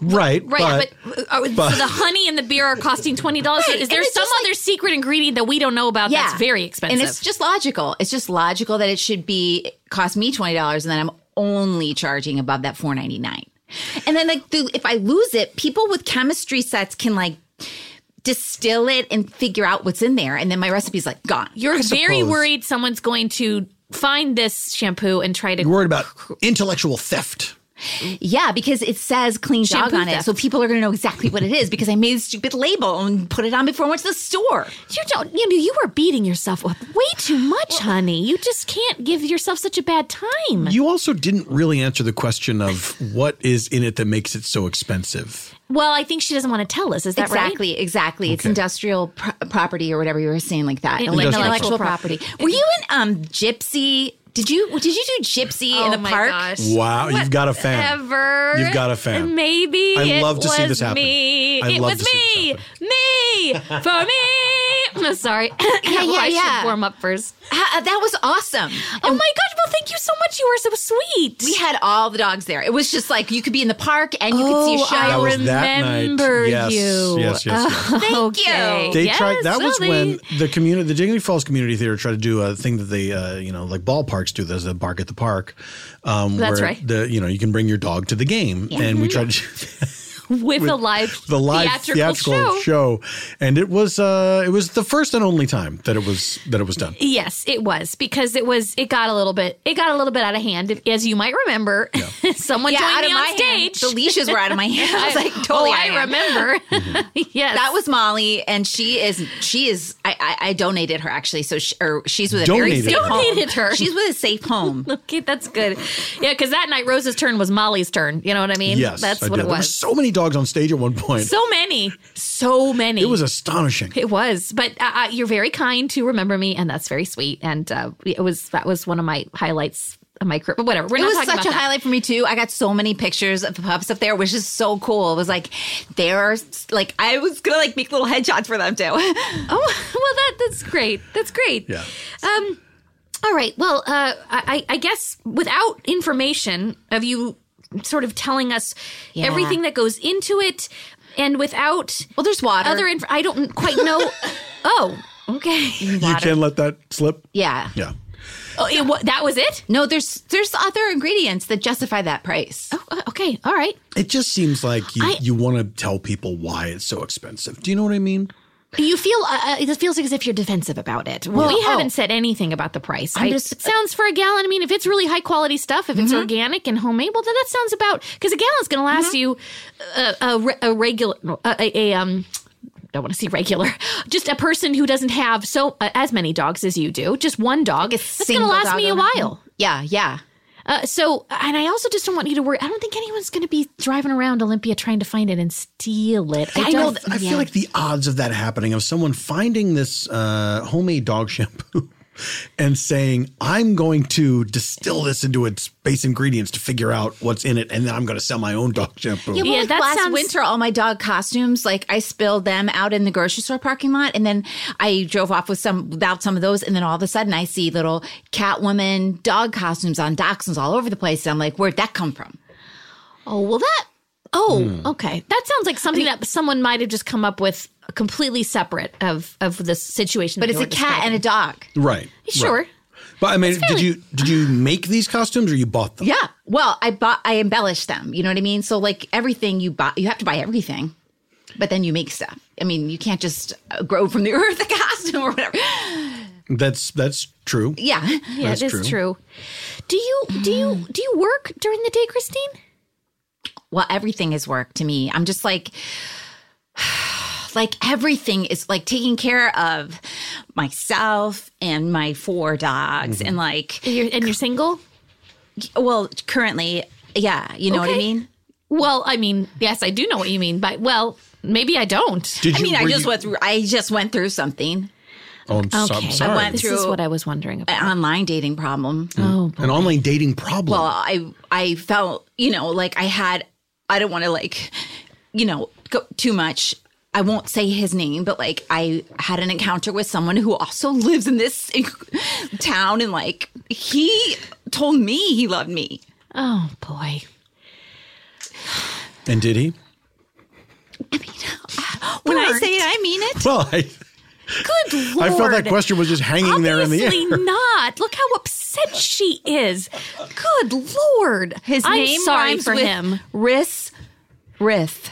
[SPEAKER 2] Right.
[SPEAKER 3] Right, but, uh,
[SPEAKER 2] but-
[SPEAKER 3] so the honey and the beer are costing twenty dollars.
[SPEAKER 6] Right,
[SPEAKER 3] Is there
[SPEAKER 6] and it's
[SPEAKER 3] some
[SPEAKER 6] just like-
[SPEAKER 3] other secret ingredient that we don't know about that's very expensive?
[SPEAKER 6] And it's just logical. It's just logical that it should be cost me twenty dollars, and then I'm only charging above that four ninety nine. And then like the, if I lose it, people with chemistry sets can like distill it and figure out what's in there, and then my recipe's like gone.
[SPEAKER 3] you're very
[SPEAKER 2] suppose-
[SPEAKER 3] worried someone's going to find this shampoo and try to.
[SPEAKER 2] You're worried about intellectual theft.
[SPEAKER 6] Yeah, because it says clean dog
[SPEAKER 3] Shampoo
[SPEAKER 6] on it.
[SPEAKER 3] theft.
[SPEAKER 6] So people are going to know exactly what it is because I made a stupid label and put it on before I went to the store.
[SPEAKER 3] You don't. You know, you are beating yourself up way too much, honey. You just can't give yourself such a bad time.
[SPEAKER 2] You also didn't really answer the question of what is in it that makes it so expensive.
[SPEAKER 3] well, I think she doesn't want to tell us. Is that right?
[SPEAKER 6] exactly, exactly. It's
[SPEAKER 2] Okay.
[SPEAKER 6] industrial pro- property or whatever you were saying like that.
[SPEAKER 3] Intellectual
[SPEAKER 6] Intellectual,
[SPEAKER 3] property.
[SPEAKER 6] property. Were you in um Gypsy? Did you did you do Gypsy in
[SPEAKER 3] Oh
[SPEAKER 6] the
[SPEAKER 3] my
[SPEAKER 6] park?
[SPEAKER 3] gosh.
[SPEAKER 2] Wow, you've got a fan.
[SPEAKER 3] Ever.
[SPEAKER 2] You've got a fan.
[SPEAKER 3] Maybe
[SPEAKER 2] I
[SPEAKER 3] it
[SPEAKER 2] love to
[SPEAKER 3] was
[SPEAKER 2] see this happen.
[SPEAKER 3] me.
[SPEAKER 2] I
[SPEAKER 3] it
[SPEAKER 2] love
[SPEAKER 3] was
[SPEAKER 2] to see
[SPEAKER 3] me. Me for me. I'm sorry.
[SPEAKER 6] Yeah, yeah,
[SPEAKER 3] I
[SPEAKER 6] yeah.
[SPEAKER 3] should warm up first.
[SPEAKER 6] Ha- uh, that was awesome.
[SPEAKER 3] Oh my gosh! Well, thank you so much. You were so sweet.
[SPEAKER 6] We had all the dogs there. It was just like you could be in the park and you could see a
[SPEAKER 3] Oh,
[SPEAKER 6] show.
[SPEAKER 3] I
[SPEAKER 2] That was that night.
[SPEAKER 3] remember
[SPEAKER 2] Yes,
[SPEAKER 3] you.
[SPEAKER 2] yes, yes, yes.
[SPEAKER 6] Thank
[SPEAKER 3] Okay.
[SPEAKER 6] you.
[SPEAKER 2] They
[SPEAKER 3] Yes,
[SPEAKER 2] tried. That was
[SPEAKER 3] well,
[SPEAKER 2] when the community, the Dignity Falls Community Theater, tried to do a thing that they, uh, you know, like ballparks do. There's a bark at the park. Um,
[SPEAKER 3] That's
[SPEAKER 2] where
[SPEAKER 3] right.
[SPEAKER 2] The you know you can bring your dog to the game, and we tried to.
[SPEAKER 3] with, a live
[SPEAKER 2] the live
[SPEAKER 3] theatrical,
[SPEAKER 2] show.
[SPEAKER 3] show.
[SPEAKER 2] and it was uh, it was the first and only time that it was that it was done.
[SPEAKER 3] Yes, it was because it was it got a little bit it got a little bit out of hand as you might remember. Someone
[SPEAKER 6] Yeah,
[SPEAKER 3] joined
[SPEAKER 6] out
[SPEAKER 3] me
[SPEAKER 6] of
[SPEAKER 3] on
[SPEAKER 6] my hand.
[SPEAKER 3] stage.
[SPEAKER 6] The leashes were out of my hand. I was like, totally
[SPEAKER 3] Oh,
[SPEAKER 6] out
[SPEAKER 3] I
[SPEAKER 6] of my
[SPEAKER 3] remember. yes,
[SPEAKER 6] That was Molly, and she is she is I I, I donated her actually, so she, or she's with a
[SPEAKER 2] Donated
[SPEAKER 6] very safe
[SPEAKER 2] her.
[SPEAKER 3] Donated
[SPEAKER 6] home.
[SPEAKER 3] her.
[SPEAKER 6] She's with a safe home.
[SPEAKER 3] okay. That's good. Yeah, because that night Rose's turn was Molly's turn. You know what I mean?
[SPEAKER 2] yes,
[SPEAKER 3] that's
[SPEAKER 2] I
[SPEAKER 3] what
[SPEAKER 2] did.
[SPEAKER 3] it
[SPEAKER 2] There were
[SPEAKER 3] was.
[SPEAKER 2] so many dogs on stage at one point.
[SPEAKER 3] So many, so many.
[SPEAKER 2] it was astonishing.
[SPEAKER 3] It was, but uh, uh, you're very kind to remember me, and that's very sweet. And uh, it was that was one of my highlights of my career. But whatever, we're
[SPEAKER 6] it
[SPEAKER 3] not
[SPEAKER 6] was
[SPEAKER 3] talking
[SPEAKER 6] such
[SPEAKER 3] about
[SPEAKER 6] a
[SPEAKER 3] that.
[SPEAKER 6] highlight for me too. I got so many pictures of the pups up there, which is so cool. It was like there are like I was gonna like make little headshots for them too.
[SPEAKER 3] Oh well, that that's great. That's great.
[SPEAKER 2] Yeah.
[SPEAKER 3] Um. All right. Well, uh, I, I guess without information of you sort of telling us
[SPEAKER 6] Yeah.
[SPEAKER 3] everything that goes into it, and without
[SPEAKER 6] Well, there's water.
[SPEAKER 3] other inf- I don't quite know. oh, okay.
[SPEAKER 2] You can let that slip.
[SPEAKER 6] yeah.
[SPEAKER 2] Yeah.
[SPEAKER 3] Oh, it, wa- that was it.
[SPEAKER 6] No, there's there's other ingredients that justify that price.
[SPEAKER 3] Oh, uh, okay. All right.
[SPEAKER 2] It just seems like you,
[SPEAKER 3] I-
[SPEAKER 2] you want to tell people why it's so expensive. Do you know what I mean?
[SPEAKER 3] You feel uh, uh, it feels as if you're defensive about it. Well, we
[SPEAKER 6] oh.
[SPEAKER 3] haven't said anything about the price. I,
[SPEAKER 6] just- Mm-hmm.
[SPEAKER 3] it sounds for a gallon. I mean, if it's really high quality stuff, if it's organic and homemade, well, then that sounds about because a gallon's going to last you a, a, re- a regular a, a, um. Don't want to see regular. Just a person who doesn't have so uh, as many dogs as you do. Just one dog. It's going to
[SPEAKER 6] Single
[SPEAKER 3] last
[SPEAKER 6] dog
[SPEAKER 3] me a
[SPEAKER 6] owner. Mm-hmm.
[SPEAKER 3] while.
[SPEAKER 6] Yeah, yeah.
[SPEAKER 3] Uh, so, and I also just don't want you to worry. I don't think anyone's going to be driving around Olympia trying to find it and steal it.
[SPEAKER 2] I, know.
[SPEAKER 3] don't-
[SPEAKER 2] I
[SPEAKER 3] yeah.
[SPEAKER 2] feel like the odds of that happening of someone finding this uh, homemade dog shampoo and saying, "I'm going to distill this into its base ingredients to figure out what's in it, and then I'm going to sell my own dog shampoo."
[SPEAKER 6] Yeah, well,
[SPEAKER 3] Yeah,
[SPEAKER 6] like
[SPEAKER 3] that
[SPEAKER 6] last
[SPEAKER 3] sounds-
[SPEAKER 6] winter, all my dog costumes, like I spilled them out in the grocery store parking lot, and then I drove off with some without some of those, and then all of a sudden, I see little Catwoman dog costumes on dachshunds all over the place, and I'm like, where'd that come from?
[SPEAKER 3] Oh, well, that. Oh,
[SPEAKER 2] Hmm.
[SPEAKER 3] okay. That sounds like something that someone might have just come up with completely separate of of the situation.
[SPEAKER 6] But it's a cat and a dog.
[SPEAKER 2] Right.
[SPEAKER 3] Sure.
[SPEAKER 2] right. But I mean, did
[SPEAKER 3] fairly-
[SPEAKER 2] you did you make these costumes or you bought them?
[SPEAKER 6] Yeah. Well, I bought, I embellished them. You know what I mean? So like everything you buy, you have to buy everything, but then you make stuff. I mean, you can't just uh, grow from the earth a costume or whatever.
[SPEAKER 2] That's that's true.
[SPEAKER 6] Yeah.
[SPEAKER 3] Yeah,
[SPEAKER 2] That's
[SPEAKER 3] it is
[SPEAKER 2] true.
[SPEAKER 3] true. Do you do you do you work during the day, Christine?
[SPEAKER 6] well everything is work to me i'm just like like everything is like taking care of myself and my four dogs and like
[SPEAKER 3] You're, and you're single.
[SPEAKER 6] well currently yeah you know what i
[SPEAKER 3] Okay.
[SPEAKER 6] mean
[SPEAKER 3] Well, I mean, yes, I do know what you mean, but well, maybe I don't.
[SPEAKER 2] Did
[SPEAKER 6] i mean i
[SPEAKER 2] were
[SPEAKER 6] just went through i just went through something
[SPEAKER 2] Oh, I'm, so, I'm
[SPEAKER 3] Okay. I Uh-huh.
[SPEAKER 2] sorry.
[SPEAKER 6] went
[SPEAKER 3] This is
[SPEAKER 6] Through-
[SPEAKER 3] what I was wondering about.
[SPEAKER 6] an online dating problem
[SPEAKER 3] Oh,
[SPEAKER 2] An online dating problem.
[SPEAKER 6] well i i felt you know like i had i don't want to like you know go too much i won't say his name but like i had an encounter with someone who also lives in this town and like he told me he loved me
[SPEAKER 3] oh boy.
[SPEAKER 2] and did he?
[SPEAKER 6] when i say it i mean it
[SPEAKER 2] Well, I,
[SPEAKER 3] Good
[SPEAKER 2] I
[SPEAKER 3] lord.
[SPEAKER 2] felt that question was just hanging there in the
[SPEAKER 3] Obviously
[SPEAKER 2] air.
[SPEAKER 3] not. Look how upset she is. Good lord.
[SPEAKER 6] his
[SPEAKER 3] I'm
[SPEAKER 6] name
[SPEAKER 3] sorry
[SPEAKER 6] rhymes
[SPEAKER 3] for
[SPEAKER 6] with
[SPEAKER 3] him.
[SPEAKER 6] Riss Rith.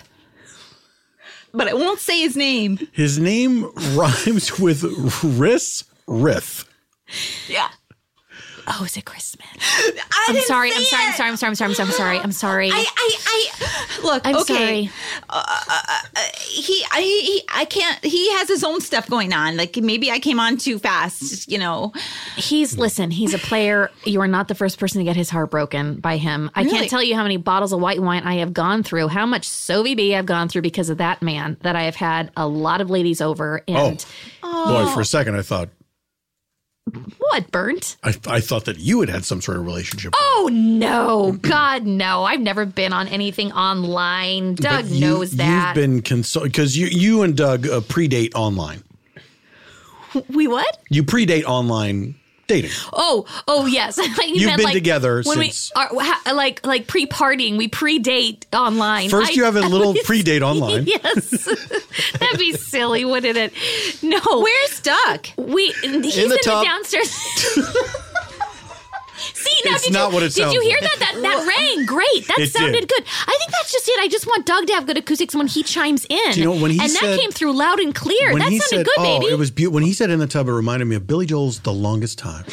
[SPEAKER 6] But I won't say his name.
[SPEAKER 2] His name rhymes with Riss Riff.
[SPEAKER 6] Yeah.
[SPEAKER 3] Oh, is it Christmas?
[SPEAKER 6] I
[SPEAKER 3] I'm
[SPEAKER 6] didn't
[SPEAKER 3] sorry.
[SPEAKER 6] say
[SPEAKER 3] I'm sorry. I'm
[SPEAKER 6] it.
[SPEAKER 3] sorry. I'm sorry. I'm sorry. I'm sorry. I'm sorry.
[SPEAKER 6] I,
[SPEAKER 3] I'm sorry.
[SPEAKER 6] I, I, look,
[SPEAKER 3] I'm
[SPEAKER 6] okay.
[SPEAKER 3] sorry.
[SPEAKER 6] he I he, I can't he has his own stuff going on. Like maybe I came on too fast, you know.
[SPEAKER 3] He's listen. He's a player. You are not the first person to get his heart broken by him. I
[SPEAKER 6] Really?
[SPEAKER 3] can't tell you how many bottles of white wine I have gone through. How much Sovie B I've gone through because of that man. That I have had a lot of ladies over. And
[SPEAKER 2] Oh, boy! For a second, I thought
[SPEAKER 3] what burnt?
[SPEAKER 2] I, I thought that you had had some sort of relationship.
[SPEAKER 3] Oh no, God no! I've never been on anything online.
[SPEAKER 2] But
[SPEAKER 3] Doug
[SPEAKER 2] you-
[SPEAKER 3] knows that.
[SPEAKER 2] You've been consult because you you and Doug uh, predate online.
[SPEAKER 3] we what?
[SPEAKER 2] You predate online dating.
[SPEAKER 3] Oh, oh yes. I thought you
[SPEAKER 2] You've
[SPEAKER 3] meant,
[SPEAKER 2] been
[SPEAKER 3] like,
[SPEAKER 2] together
[SPEAKER 3] when
[SPEAKER 2] since-
[SPEAKER 3] we are ha- like like pre-partying. We predate online.
[SPEAKER 2] First,
[SPEAKER 3] I-
[SPEAKER 2] you have a little predate online.
[SPEAKER 3] yes, that'd be silly, wouldn't it? No,
[SPEAKER 6] Where's Doug?
[SPEAKER 3] we he's in the,
[SPEAKER 4] the top.
[SPEAKER 3] downstairs. See, now
[SPEAKER 2] It's
[SPEAKER 3] did
[SPEAKER 2] not
[SPEAKER 3] you,
[SPEAKER 2] what it
[SPEAKER 3] did
[SPEAKER 2] sounds
[SPEAKER 3] you hear
[SPEAKER 2] like.
[SPEAKER 3] that? That that rang great. That
[SPEAKER 2] It
[SPEAKER 3] sounded
[SPEAKER 2] did.
[SPEAKER 3] good. I think that's just it. I just want Doug to have good acoustics when he chimes in.
[SPEAKER 2] Do you know, when he
[SPEAKER 3] and
[SPEAKER 2] said-
[SPEAKER 3] that came through loud and clear. That sounded
[SPEAKER 2] said,
[SPEAKER 3] good,
[SPEAKER 2] "Oh,
[SPEAKER 3] baby.
[SPEAKER 2] it was beautiful," when he said "in the tub," it reminded me of Billy Joel's "The Longest Time."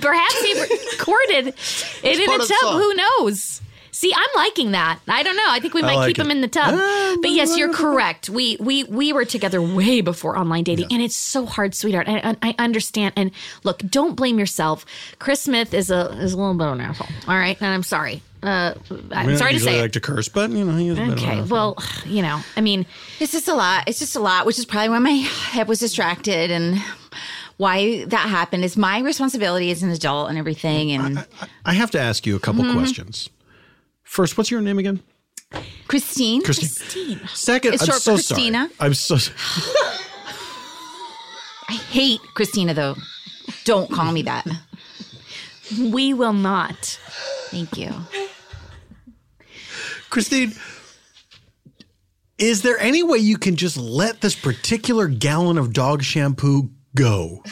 [SPEAKER 3] Perhaps he recorded it in a
[SPEAKER 6] part
[SPEAKER 3] tub.
[SPEAKER 6] of the song.
[SPEAKER 3] Who knows? See, I'm liking that. I don't know. I think we
[SPEAKER 6] I
[SPEAKER 3] might
[SPEAKER 6] like
[SPEAKER 3] keep him
[SPEAKER 6] it.
[SPEAKER 3] in the tub. But yes, you're correct. We we we were together way before online dating, and it's so hard, sweetheart. I, I I understand. And look, don't blame yourself. Chris Smith is a is a little bit of an asshole. All right, and I'm sorry. Uh, I'm
[SPEAKER 2] We don't
[SPEAKER 3] sorry to
[SPEAKER 2] usually
[SPEAKER 3] say. it.
[SPEAKER 2] like to curse, but you know, he is a bit of an
[SPEAKER 3] Okay,
[SPEAKER 2] asshole.
[SPEAKER 3] well, you know, I mean,
[SPEAKER 6] it's just a lot. It's just a lot, which is probably why my head was distracted and why that happened. It's my responsibility as an adult and everything. And
[SPEAKER 2] I have to ask you a couple
[SPEAKER 6] Mhm.
[SPEAKER 2] questions. First, what's your name again?
[SPEAKER 6] Christine,
[SPEAKER 2] Christine. Second,
[SPEAKER 6] It's
[SPEAKER 2] I'm
[SPEAKER 6] short for
[SPEAKER 2] so
[SPEAKER 6] Christina.
[SPEAKER 2] sorry. I'm so
[SPEAKER 6] I hate Christina though. Don't call me that.
[SPEAKER 3] we will not.
[SPEAKER 6] Thank you.
[SPEAKER 2] Christine. Is there any way you can just let this particular gallon of dog shampoo go?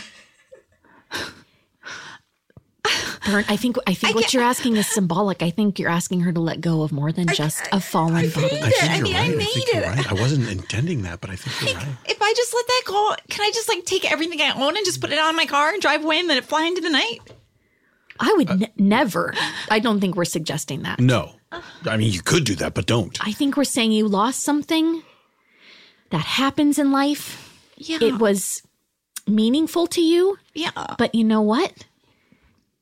[SPEAKER 3] Burn, I think I think what you're asking is symbolic. I think you're asking her to let go of more than just a fallen
[SPEAKER 2] I
[SPEAKER 3] body.
[SPEAKER 2] think you're right. I think you're right. I wasn't intending that, but I think you're right.
[SPEAKER 6] If I just let that go, can I just like take everything I own and just put it on my car and drive away and let it fly into the night?
[SPEAKER 3] I
[SPEAKER 2] Uh,
[SPEAKER 3] would ne- never. I don't think we're suggesting that.
[SPEAKER 2] No. I mean, you could do that, but don't.
[SPEAKER 3] I think we're saying you lost something that happens in life.
[SPEAKER 6] Yeah.
[SPEAKER 3] It was meaningful to you.
[SPEAKER 6] Yeah.
[SPEAKER 3] But you know what?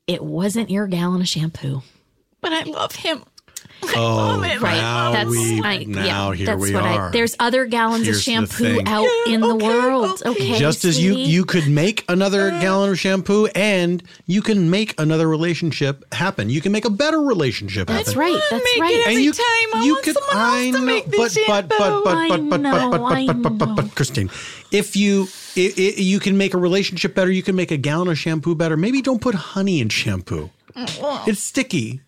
[SPEAKER 3] It wasn't your gallon of shampoo.
[SPEAKER 6] But I love him.
[SPEAKER 2] Oh,
[SPEAKER 3] Right.
[SPEAKER 2] now
[SPEAKER 3] that's
[SPEAKER 2] we,
[SPEAKER 3] I-
[SPEAKER 2] now
[SPEAKER 3] yeah,
[SPEAKER 2] here
[SPEAKER 3] that's
[SPEAKER 2] we
[SPEAKER 3] what
[SPEAKER 2] are.
[SPEAKER 3] I, there's other gallons
[SPEAKER 2] Here's
[SPEAKER 3] of
[SPEAKER 2] the
[SPEAKER 3] shampoo
[SPEAKER 2] thing.
[SPEAKER 3] out in the world. Okay.
[SPEAKER 2] Just as you
[SPEAKER 3] sweetie?
[SPEAKER 2] you could make another gallon of shampoo, and you can make another relationship happen. You can make a better relationship happen.
[SPEAKER 3] That's right. That's right.
[SPEAKER 2] and you, you could, I know, but, but, but, but, but, but, but, but, but, but, but, but, but, Christine, if you, i i you can make a relationship better, you can make a gallon of shampoo better. Maybe don't put honey in shampoo. It's sticky.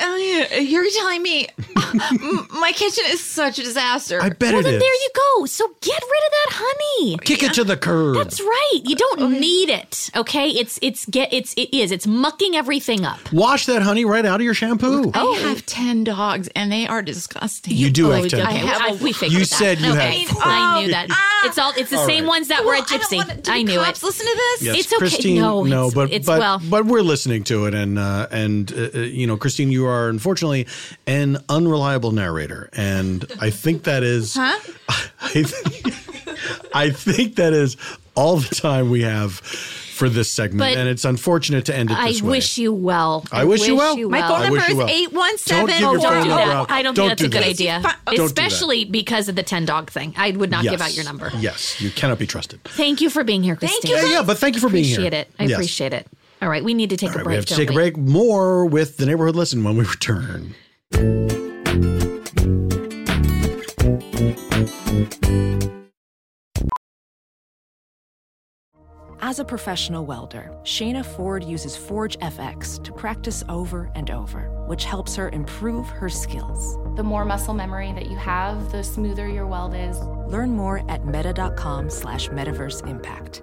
[SPEAKER 6] Uh, you're telling me m- my kitchen is such a disaster.
[SPEAKER 2] I bet
[SPEAKER 3] well,
[SPEAKER 2] it
[SPEAKER 3] then
[SPEAKER 2] is.
[SPEAKER 3] there you go. So get rid of that honey.
[SPEAKER 2] Kick it to the curb.
[SPEAKER 3] That's right. You don't need it. Okay. It's it's get it's it is. It's mucking everything up.
[SPEAKER 2] Wash that honey right out of your shampoo.
[SPEAKER 6] I have 10 dogs and they are disgusting.
[SPEAKER 2] You
[SPEAKER 3] oh,
[SPEAKER 2] do have 10
[SPEAKER 6] I
[SPEAKER 2] dogs.
[SPEAKER 6] have
[SPEAKER 3] we figured
[SPEAKER 2] You
[SPEAKER 3] that.
[SPEAKER 2] said you
[SPEAKER 3] okay.
[SPEAKER 2] had-
[SPEAKER 3] I knew that. It's all. It's the
[SPEAKER 2] All
[SPEAKER 3] same
[SPEAKER 2] right.
[SPEAKER 3] ones that were at Gypsy. I, knew it.
[SPEAKER 6] Listen to this.
[SPEAKER 2] Yes,
[SPEAKER 3] it's okay.
[SPEAKER 2] Christine,
[SPEAKER 3] no, it's,
[SPEAKER 2] but
[SPEAKER 3] it's
[SPEAKER 2] but
[SPEAKER 3] well.
[SPEAKER 2] but we're listening to it, and uh, and uh, uh, you know, Christine, you are unfortunately an unreliable narrator, and I think that is,
[SPEAKER 6] Huh?
[SPEAKER 2] I, think, I think that is all the time we have for this segment,
[SPEAKER 3] But
[SPEAKER 2] and it's unfortunate to end it
[SPEAKER 3] I
[SPEAKER 2] this way.
[SPEAKER 3] wish you well.
[SPEAKER 2] I wish you well.
[SPEAKER 6] My phone
[SPEAKER 2] I wish
[SPEAKER 6] number
[SPEAKER 2] you
[SPEAKER 6] is
[SPEAKER 2] well.
[SPEAKER 6] 817
[SPEAKER 2] Don't give your phone number out.
[SPEAKER 3] I don't,
[SPEAKER 2] Don't
[SPEAKER 3] think that's
[SPEAKER 2] do
[SPEAKER 3] a good
[SPEAKER 2] that.
[SPEAKER 3] idea,
[SPEAKER 2] Don't do that.
[SPEAKER 3] especially because of the ten dog thing. I would not
[SPEAKER 2] Yes.
[SPEAKER 3] give out your number.
[SPEAKER 2] Yes, you cannot be trusted.
[SPEAKER 3] Thank you for being here, Christine.
[SPEAKER 2] you, Yeah, guys. yeah, but thank you for being here.
[SPEAKER 3] Appreciate it. I
[SPEAKER 2] Yes.
[SPEAKER 3] appreciate it. All right, we need to take
[SPEAKER 2] All
[SPEAKER 3] a
[SPEAKER 2] right,
[SPEAKER 3] break.
[SPEAKER 2] we have to
[SPEAKER 3] don't
[SPEAKER 2] take a
[SPEAKER 3] we?
[SPEAKER 2] break. More with the neighborhood lesson when we return.
[SPEAKER 7] As a professional welder, Shayna Ford uses Forge FX to practice over and over, which helps her improve her skills.
[SPEAKER 8] The more muscle memory that you have, the smoother your weld is.
[SPEAKER 7] Learn more at meta.com slash metaverse impact.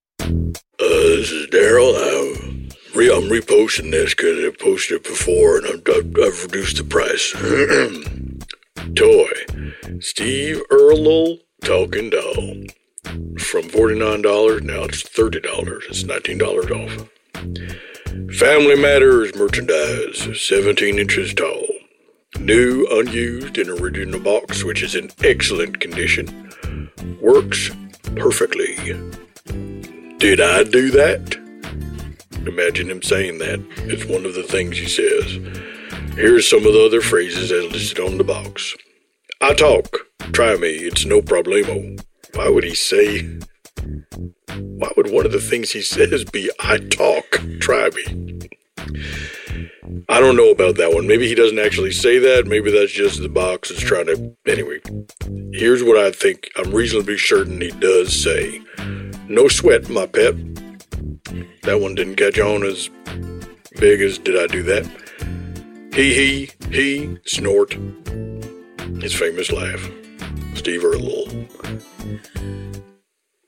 [SPEAKER 9] Uh, this is Daryl. I'm, re- I'm reposting this because I posted it before and I'm, I've, I've reduced the price. Toy. Steve Earle Talking Doll. From $49, now it's $30. It's $19 off. Family Matters merchandise, 17 inches tall. New, unused, and original box, which is in excellent condition. Works perfectly. Did I do that? Imagine him saying that. It's one of the things he says. Here's some of the other phrases as listed on the box. I talk. Try me. It's no problemo. Why would he say? Why would one of the things he says be, I talk? Try me. I don't know about that one. Maybe he doesn't actually say that. Maybe that's just the box is trying to. Anyway, here's what I think I'm reasonably certain he does say No sweat, my pet. That one didn't catch on as big as did I do that. He, he, he, snort. His famous laugh. Steve Earle.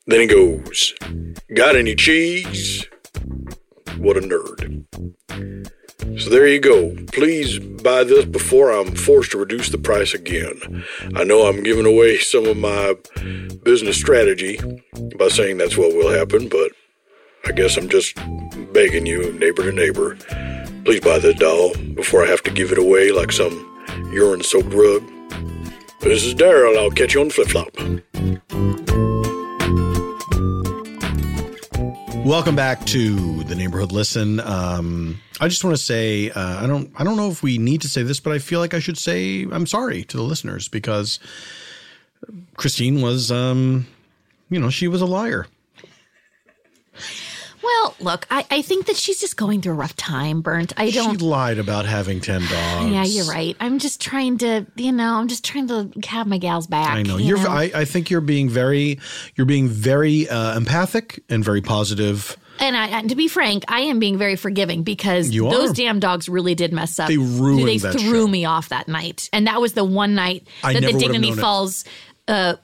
[SPEAKER 9] Then he goes, Got any cheese? What a nerd. So there you go. Please buy this before I'm forced to reduce the price again. I know I'm giving away some of my business strategy by saying that's what will happen, but I guess I'm just begging you, neighbor to neighbor. Please buy this doll before I have to give it away like some urine soaked rug. This is Daryl. I'll catch you on flip flop.
[SPEAKER 2] Welcome back to the neighborhood listen. Um, I just want to say uh, I don't I don't know if we need to say this, but I feel like I should say I'm sorry to the listeners because Christine was um, you know she was a liar.
[SPEAKER 3] Well, look, I, I think that she's just going through a rough time, Burnt. I
[SPEAKER 2] She
[SPEAKER 3] don't.
[SPEAKER 2] lied about having ten dogs.
[SPEAKER 3] yeah, you're right. I'm just trying to, you know, I'm just trying to have my gals back.
[SPEAKER 2] I know you're.
[SPEAKER 3] know?
[SPEAKER 2] I, I think you're being very, you're being very uh, empathic and very positive.
[SPEAKER 3] And, I, and to be frank, I am being very forgiving because
[SPEAKER 2] You
[SPEAKER 3] those
[SPEAKER 2] are.
[SPEAKER 3] damn dogs really did mess up.
[SPEAKER 2] They ruined
[SPEAKER 3] They
[SPEAKER 2] that
[SPEAKER 3] threw
[SPEAKER 2] show.
[SPEAKER 3] me off that night, and that was the one night
[SPEAKER 2] I
[SPEAKER 3] that
[SPEAKER 2] never
[SPEAKER 3] the
[SPEAKER 2] would've
[SPEAKER 3] Dignity
[SPEAKER 2] known it.
[SPEAKER 3] Falls uh,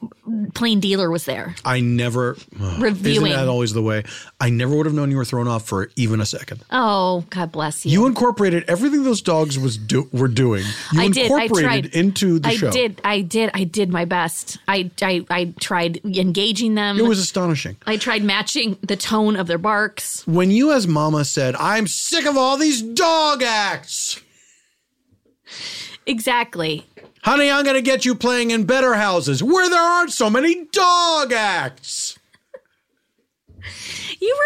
[SPEAKER 3] plain dealer was there.
[SPEAKER 2] I never ugh,
[SPEAKER 3] Reviewing.
[SPEAKER 2] Isn't that always the way? I never would have known you were thrown off for even a second.
[SPEAKER 3] Oh, God bless you.
[SPEAKER 2] You incorporated everything those dogs was do, were doing. You
[SPEAKER 3] I did. I
[SPEAKER 2] incorporated
[SPEAKER 3] tried
[SPEAKER 2] into the
[SPEAKER 3] I
[SPEAKER 2] show.
[SPEAKER 3] did. I did. I did my best. I I, I tried engaging them.
[SPEAKER 2] It was astonishing.
[SPEAKER 3] I tried matching the tone of their barks.
[SPEAKER 2] When you, as Mama, said, "I'm sick of all these dog acts,"
[SPEAKER 3] Exactly.
[SPEAKER 2] honey, I'm going to get you playing in better houses where there aren't so many dog acts.
[SPEAKER 3] You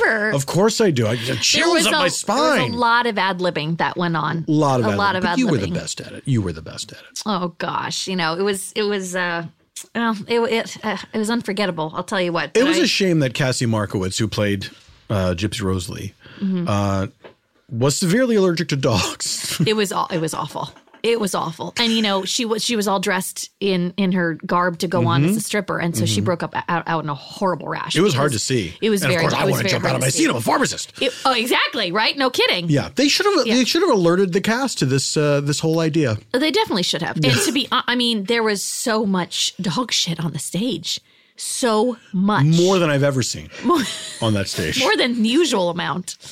[SPEAKER 3] remember?
[SPEAKER 2] Of course, I do. I it chills up my
[SPEAKER 3] There
[SPEAKER 2] spine.
[SPEAKER 3] was a lot of ad libbing that went on.
[SPEAKER 2] A lot of
[SPEAKER 3] a
[SPEAKER 2] ad-lib,
[SPEAKER 3] lot of
[SPEAKER 2] but
[SPEAKER 3] ad
[SPEAKER 2] You were the
[SPEAKER 3] libbing.
[SPEAKER 2] best at it. You were the best at it.
[SPEAKER 3] Oh gosh, you know it was it was uh, well, it it, uh, it was unforgettable. I'll tell you what.
[SPEAKER 2] It
[SPEAKER 3] but
[SPEAKER 2] was
[SPEAKER 3] I-
[SPEAKER 2] a shame that Cassie Markowitz, who played uh, Gypsy Rosalie,
[SPEAKER 3] Mhm.
[SPEAKER 2] uh, was severely allergic to dogs.
[SPEAKER 3] it was all it was awful. It was awful, and you know she was she was all dressed in in her garb to go on
[SPEAKER 2] Mhm.
[SPEAKER 3] as a stripper, and so she
[SPEAKER 2] Mhm.
[SPEAKER 3] broke up out, out in a horrible rash.
[SPEAKER 2] It was hard to
[SPEAKER 3] because
[SPEAKER 2] see.
[SPEAKER 3] It was
[SPEAKER 2] And of
[SPEAKER 3] very.
[SPEAKER 2] course, I
[SPEAKER 3] it was
[SPEAKER 2] wanna
[SPEAKER 3] very
[SPEAKER 2] jump out
[SPEAKER 3] hard
[SPEAKER 2] of
[SPEAKER 3] to
[SPEAKER 2] my
[SPEAKER 3] see.
[SPEAKER 2] seat. I'm a pharmacist.
[SPEAKER 3] It- oh, exactly right. No kidding.
[SPEAKER 2] Yeah, they should have.
[SPEAKER 3] Yeah.
[SPEAKER 2] They should have alerted the cast to this. Uh, this whole idea.
[SPEAKER 3] They definitely should have. And to be, hon- I mean, there was so much dog shit on the stage, so much
[SPEAKER 2] More than I've ever seen
[SPEAKER 3] more,
[SPEAKER 2] on that stage.
[SPEAKER 3] more than the usual amount.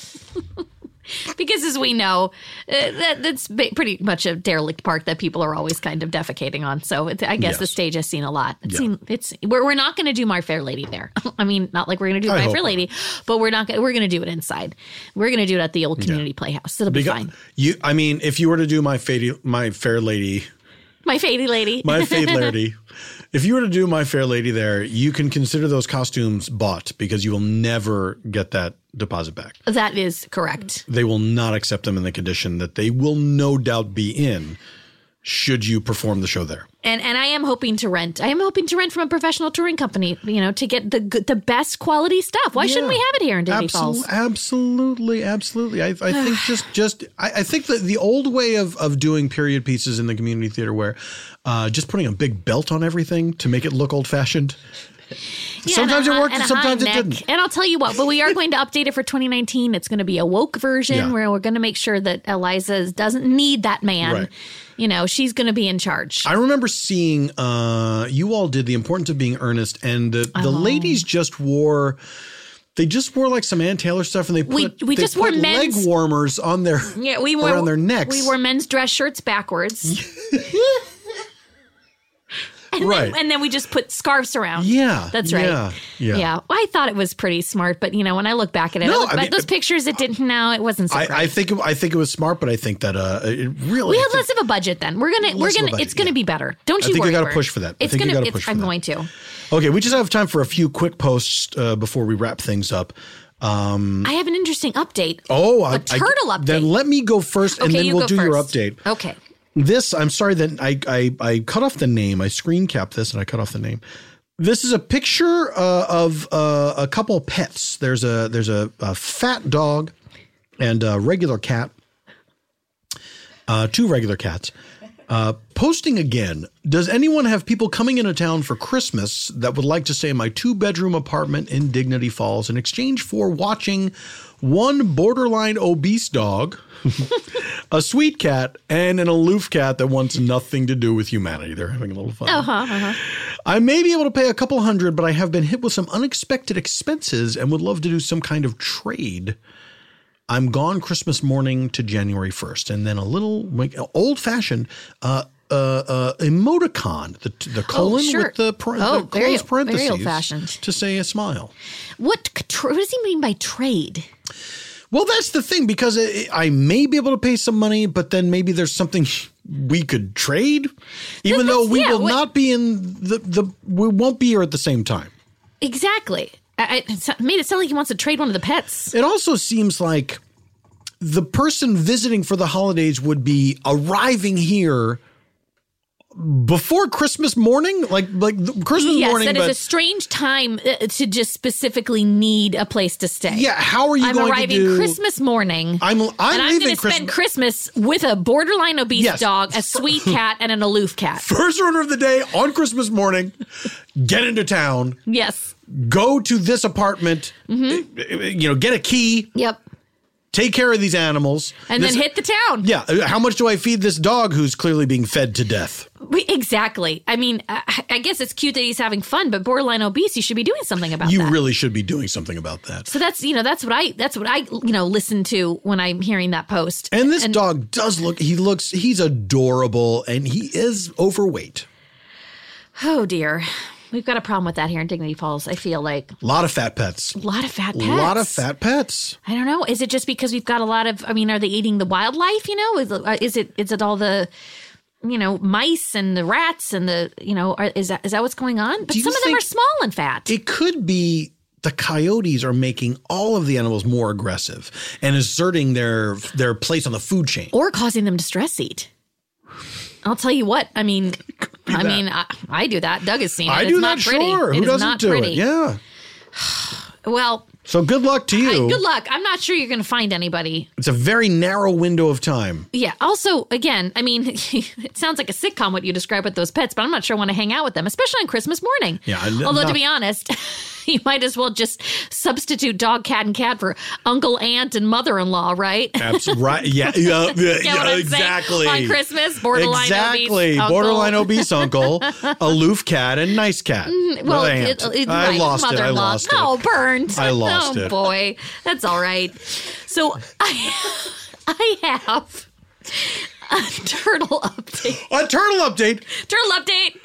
[SPEAKER 3] because as we know, uh, that that's ba- pretty much a derelict part that people are always kind of defecating on. So it, I guess the
[SPEAKER 2] Yes.
[SPEAKER 3] stage has seen a lot. It's
[SPEAKER 2] Yeah.
[SPEAKER 3] seen it's we're, we're not going to do My Fair Lady there. I mean, not like we're going to do
[SPEAKER 2] I
[SPEAKER 3] My
[SPEAKER 2] hope
[SPEAKER 3] Fair
[SPEAKER 2] not.
[SPEAKER 3] Lady, but we're not gonna, we're going to do it inside. We're going to do it at the old community playhouse. It'll be
[SPEAKER 2] Because-
[SPEAKER 3] fine.
[SPEAKER 2] You, I mean, if you were to do my fady, my fair lady,
[SPEAKER 3] My Fady Lady.
[SPEAKER 2] my fade lady, if you were to do my fair lady, there, you can consider those costumes bought because you will never get that deposit back.
[SPEAKER 3] That is correct.
[SPEAKER 2] they will not accept them in the condition that they will no doubt be in should you perform the show there.
[SPEAKER 3] And and I am hoping to rent. I am hoping to rent from a professional touring company, you know, to get the good- the best quality stuff. Why shouldn't we have it here in Disney
[SPEAKER 2] Absol-
[SPEAKER 3] Falls?
[SPEAKER 2] Absolutely, absolutely. I, I think just just I, I think that the old way of of doing period pieces in the community theater, where uh, just putting a big belt on everything to make it look old fashioned.
[SPEAKER 3] Yeah,
[SPEAKER 2] sometimes
[SPEAKER 3] and
[SPEAKER 2] it
[SPEAKER 3] a hi-
[SPEAKER 2] worked, and
[SPEAKER 3] and a
[SPEAKER 2] sometimes
[SPEAKER 3] high
[SPEAKER 2] it
[SPEAKER 3] neck.
[SPEAKER 2] didn't.
[SPEAKER 3] And I'll tell you what, but we are going to update it for 2019. It's going to be a woke version
[SPEAKER 2] Yeah.
[SPEAKER 3] where we're going to make sure that Eliza doesn't need that man.
[SPEAKER 2] Right.
[SPEAKER 3] You know, she's going to be in charge.
[SPEAKER 2] I remember seeing uh, you all did the importance of being earnest, and the, the ladies just wore. They just wore like some Ann Taylor stuff, and they put
[SPEAKER 3] We- we
[SPEAKER 2] they
[SPEAKER 3] just wore
[SPEAKER 2] put leg
[SPEAKER 3] men's-
[SPEAKER 2] warmers on their
[SPEAKER 3] Yeah, we wore
[SPEAKER 2] around their necks.
[SPEAKER 3] We wore men's dress shirts backwards. and,
[SPEAKER 2] Right.
[SPEAKER 3] then, and then we just put scarves around.
[SPEAKER 2] Yeah,
[SPEAKER 3] that's right.
[SPEAKER 2] yeah, yeah.
[SPEAKER 3] Well, I thought it was pretty smart, but you know, when I look back at it,
[SPEAKER 2] No,
[SPEAKER 3] I look
[SPEAKER 2] I
[SPEAKER 3] back
[SPEAKER 2] mean-
[SPEAKER 3] those pictures, it didn't. No, it wasn't. So
[SPEAKER 2] I,
[SPEAKER 3] great.
[SPEAKER 2] I think it, I think it was smart, but I think that uh, it really.
[SPEAKER 3] we had less of a budget then. We're gonna, we're
[SPEAKER 2] Less of a
[SPEAKER 3] gonna,
[SPEAKER 2] budget,
[SPEAKER 3] it's gonna be better. Don't
[SPEAKER 2] I
[SPEAKER 3] you
[SPEAKER 2] think you
[SPEAKER 3] worry.
[SPEAKER 2] gotta
[SPEAKER 3] Bert.
[SPEAKER 2] push for that. I
[SPEAKER 3] It's
[SPEAKER 2] think you
[SPEAKER 3] gonna.
[SPEAKER 2] gotta
[SPEAKER 3] it's,
[SPEAKER 2] push for
[SPEAKER 3] I'm
[SPEAKER 2] that.
[SPEAKER 3] going to.
[SPEAKER 2] okay, we just have time for a few quick posts uh, before we wrap things up. Um,
[SPEAKER 3] I have an interesting update.
[SPEAKER 2] oh,
[SPEAKER 3] a turtle update.
[SPEAKER 2] Then let me go first, and
[SPEAKER 3] Okay,
[SPEAKER 2] then
[SPEAKER 3] you
[SPEAKER 2] we'll
[SPEAKER 3] go
[SPEAKER 2] do your
[SPEAKER 3] first.
[SPEAKER 2] update.
[SPEAKER 3] Okay.
[SPEAKER 2] This, I'm sorry that I, I I cut off the name. I screen capped this and I cut off the name. This is a picture uh, of uh, a couple pets. There's a there's a, a fat dog and a regular cat. Uh, two regular cats. Uh, posting again. Does anyone have people coming into town for Christmas that would like to stay in my two bedroom apartment in Dignity Falls in exchange for watching one borderline obese dog? a sweet cat and an aloof cat that wants nothing to do with humanity. They're having a little fun.
[SPEAKER 3] Uh huh. Uh-huh.
[SPEAKER 2] I may be able to pay a couple hundred, but I have been hit with some unexpected expenses and would love to do some kind of trade. I'm gone Christmas morning to January 1st, and then a little like, old fashioned uh, uh, uh, emoticon, the, the colon
[SPEAKER 3] Oh, sure.
[SPEAKER 2] with the, par-
[SPEAKER 3] Oh,
[SPEAKER 2] the closed
[SPEAKER 3] very- very
[SPEAKER 2] parentheses
[SPEAKER 3] old-fashioned.
[SPEAKER 2] to say a smile.
[SPEAKER 3] What, c- tr- what does he mean by trade?
[SPEAKER 2] Well, that's the thing because it, I may be able to pay some money, but then maybe there's something we could trade, even though we
[SPEAKER 3] yeah,
[SPEAKER 2] will
[SPEAKER 3] what-
[SPEAKER 2] not be in the the we won't be here at the same time.
[SPEAKER 3] Exactly. I, I it so- made it sound like he wants to trade one of the pets.
[SPEAKER 2] It also seems like the person visiting for the holidays would be arriving here before Christmas morning, like like the- Christmas
[SPEAKER 3] yes,
[SPEAKER 2] morning.
[SPEAKER 3] that is
[SPEAKER 2] but
[SPEAKER 3] a strange time uh, to just specifically need a place to stay.
[SPEAKER 2] Yeah, how are you
[SPEAKER 3] I'm
[SPEAKER 2] going to
[SPEAKER 3] arriving
[SPEAKER 2] do-
[SPEAKER 3] Christmas morning.
[SPEAKER 2] I'm I'm
[SPEAKER 3] and I'm
[SPEAKER 2] leaving
[SPEAKER 3] going to spend Christmas with a borderline obese
[SPEAKER 2] Yes.
[SPEAKER 3] dog, a sweet cat, and an aloof cat.
[SPEAKER 2] First order of the day on Christmas morning, get into town,
[SPEAKER 3] Yes.
[SPEAKER 2] go to this apartment, you know, get a key.
[SPEAKER 3] Yep.
[SPEAKER 2] Take care of these animals,
[SPEAKER 3] And
[SPEAKER 2] This-
[SPEAKER 3] then hit the town.
[SPEAKER 2] Yeah, uh, how much do I feed this dog who's clearly being fed to death?
[SPEAKER 3] We- Exactly. I mean, I, I guess it's cute that he's having fun, but borderline obese, you should be doing something about
[SPEAKER 2] you
[SPEAKER 3] that.
[SPEAKER 2] really should be doing something about that.
[SPEAKER 3] so that's you know that's what I that's what I you know listen to when I'm hearing that post.
[SPEAKER 2] And this dog does look, he looks, he's adorable and he is overweight.
[SPEAKER 3] Oh dear, we've got a problem with that here in Dignity Falls. I feel like
[SPEAKER 2] A lot of fat pets.
[SPEAKER 3] a lot of fat
[SPEAKER 2] A
[SPEAKER 3] pets.
[SPEAKER 2] lot of fat pets.
[SPEAKER 3] I don't know. Is it just because we've got a lot of? I mean, are they eating the wildlife? You know, is, uh, is it is it all the you know mice and the rats and the you know are, is that is that what's going on? But
[SPEAKER 2] Do you
[SPEAKER 3] some of them
[SPEAKER 2] think-
[SPEAKER 3] are small and fat.
[SPEAKER 2] It could be the coyotes are making all of the animals more aggressive and asserting their their place on the food chain.
[SPEAKER 3] or causing them to stress eat. I'll tell you what. I mean, I
[SPEAKER 2] that.
[SPEAKER 3] mean, I, I do that. Doug has seen it.
[SPEAKER 2] I
[SPEAKER 3] it's
[SPEAKER 2] do
[SPEAKER 3] not
[SPEAKER 2] that,
[SPEAKER 3] pretty.
[SPEAKER 2] sure.
[SPEAKER 3] It
[SPEAKER 2] Who
[SPEAKER 3] is
[SPEAKER 2] doesn't
[SPEAKER 3] not
[SPEAKER 2] do
[SPEAKER 3] pretty.
[SPEAKER 2] it? Yeah.
[SPEAKER 3] Well,
[SPEAKER 2] So good luck to
[SPEAKER 3] I-
[SPEAKER 2] you.
[SPEAKER 3] good luck. I'm not sure you're going to find anybody.
[SPEAKER 2] It's a very narrow window of time.
[SPEAKER 3] Yeah. Also, again, I mean, it sounds like a sitcom what you describe with those pets, but I'm not sure I want to hang out with them, especially on Christmas morning.
[SPEAKER 2] Yeah, I-
[SPEAKER 3] Although, to
[SPEAKER 2] not-
[SPEAKER 3] be honest, you might as well just substitute dog, cat, and cat for uncle, aunt, and mother in law, right?
[SPEAKER 2] Absolutely. Right. Yeah. Yeah. yeah,
[SPEAKER 3] Get what I'm saying?
[SPEAKER 2] exactly.
[SPEAKER 3] On Christmas, borderline
[SPEAKER 2] Exactly.
[SPEAKER 3] obese uncle.
[SPEAKER 2] borderline obese uncle, aloof cat, and nice cat.
[SPEAKER 3] Mm, Well,
[SPEAKER 2] aunt.
[SPEAKER 3] it, it,
[SPEAKER 2] I
[SPEAKER 3] right,
[SPEAKER 2] lost it. I
[SPEAKER 3] mother-in-law.
[SPEAKER 2] lost it.
[SPEAKER 3] No, burned.
[SPEAKER 2] I lost
[SPEAKER 3] oh,
[SPEAKER 2] it.
[SPEAKER 3] boy, that's all right. So I, I have a turtle update.
[SPEAKER 2] A turtle update.
[SPEAKER 3] Turtle update.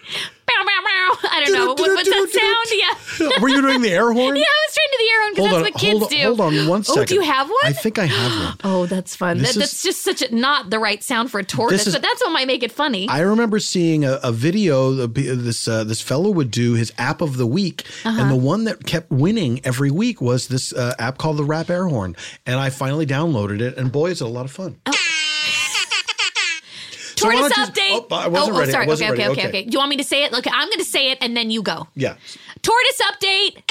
[SPEAKER 3] Bow, bow, bow. I don't know what, what's that sound. Yeah.
[SPEAKER 2] Were you doing the air horn?
[SPEAKER 3] Yeah, I was trying to do the air horn because that's what kids
[SPEAKER 2] hold,
[SPEAKER 3] do.
[SPEAKER 2] hold on one second.
[SPEAKER 3] Oh, do you have one?
[SPEAKER 2] I think I have one.
[SPEAKER 3] Oh, that's fun.
[SPEAKER 2] This
[SPEAKER 3] That,
[SPEAKER 2] is-
[SPEAKER 3] that's just such a not the right sound for a tortoise,
[SPEAKER 2] is-
[SPEAKER 3] but that's what might make it funny.
[SPEAKER 2] I remember seeing a, a video of p- this uh, this fellow would do his app of the week,
[SPEAKER 3] Uh-huh.
[SPEAKER 2] and the one that kept winning every week was this uh, app called the Rap Air Horn. And I finally downloaded it, and boy, is it a lot of fun.
[SPEAKER 3] Oh.
[SPEAKER 2] So why
[SPEAKER 3] tortoise
[SPEAKER 2] don't you-
[SPEAKER 3] update.
[SPEAKER 2] Oh, I wasn't
[SPEAKER 3] oh,
[SPEAKER 2] ready. I
[SPEAKER 3] sorry.
[SPEAKER 2] wasn't
[SPEAKER 3] okay,
[SPEAKER 2] ready.
[SPEAKER 3] okay, okay,
[SPEAKER 2] Okay.
[SPEAKER 3] okay. Do you want me to say it? Okay, I'm going to say it, and then you go.
[SPEAKER 2] Yeah.
[SPEAKER 3] Tortoise update.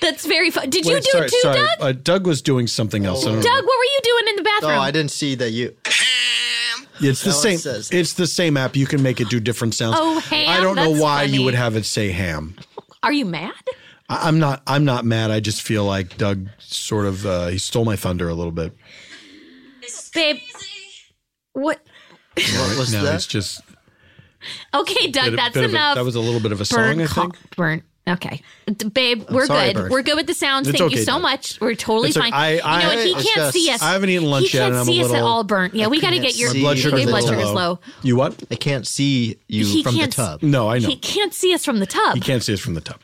[SPEAKER 3] That's very fun. Did you
[SPEAKER 2] Wait,
[SPEAKER 3] do
[SPEAKER 2] sorry,
[SPEAKER 3] it too,
[SPEAKER 2] sorry. um,
[SPEAKER 3] Doug?
[SPEAKER 2] Uh, Doug was doing something else. I don't know.
[SPEAKER 3] Doug, what were you doing in the bathroom?
[SPEAKER 4] No, Oh, I didn't see that you.
[SPEAKER 2] It's the
[SPEAKER 4] That's what
[SPEAKER 2] same.
[SPEAKER 4] it says.
[SPEAKER 2] It's the same app. You can make it do different sounds.
[SPEAKER 3] Oh, ham,
[SPEAKER 2] I don't know
[SPEAKER 3] that's
[SPEAKER 2] why
[SPEAKER 3] funny.
[SPEAKER 2] you would have it say ham.
[SPEAKER 3] Are you mad?
[SPEAKER 2] I, I'm not. I'm not mad. I just feel like Doug sort of uh, he stole my thunder a little bit.
[SPEAKER 3] Babe. What?
[SPEAKER 2] What
[SPEAKER 4] was
[SPEAKER 2] now
[SPEAKER 4] that?
[SPEAKER 2] It's just
[SPEAKER 3] Okay,
[SPEAKER 2] bit
[SPEAKER 3] Doug,
[SPEAKER 2] of-
[SPEAKER 3] that's
[SPEAKER 2] bit of a-
[SPEAKER 3] enough.
[SPEAKER 2] that was a little bit of a
[SPEAKER 3] Burn
[SPEAKER 2] song. I
[SPEAKER 3] co-
[SPEAKER 2] think.
[SPEAKER 3] burn Okay, D- babe,
[SPEAKER 2] I'm
[SPEAKER 3] we're
[SPEAKER 2] sorry,
[SPEAKER 3] good.
[SPEAKER 2] Bird.
[SPEAKER 3] We're good with the sounds.
[SPEAKER 2] It's
[SPEAKER 3] Thank you
[SPEAKER 2] okay,
[SPEAKER 3] so
[SPEAKER 2] Dad.
[SPEAKER 3] much. We're totally
[SPEAKER 2] It's okay.
[SPEAKER 3] fine.
[SPEAKER 2] I-
[SPEAKER 3] you know
[SPEAKER 2] I-
[SPEAKER 3] what? He
[SPEAKER 2] it's
[SPEAKER 3] can't
[SPEAKER 2] just-
[SPEAKER 3] see us.
[SPEAKER 2] I haven't eaten lunch
[SPEAKER 3] he
[SPEAKER 2] yet,
[SPEAKER 3] can't
[SPEAKER 2] and I'm a
[SPEAKER 3] see us at
[SPEAKER 2] little-
[SPEAKER 3] all burnt. Yeah, we got to get your
[SPEAKER 2] My blood sugar is
[SPEAKER 3] your blood
[SPEAKER 2] low.
[SPEAKER 3] sugar's low.
[SPEAKER 2] You what?
[SPEAKER 4] I can't see you
[SPEAKER 3] He
[SPEAKER 4] from the
[SPEAKER 3] can't s-
[SPEAKER 4] tub.
[SPEAKER 2] No, I know.
[SPEAKER 3] He can't see us from the tub.
[SPEAKER 2] You can't see us from the tub.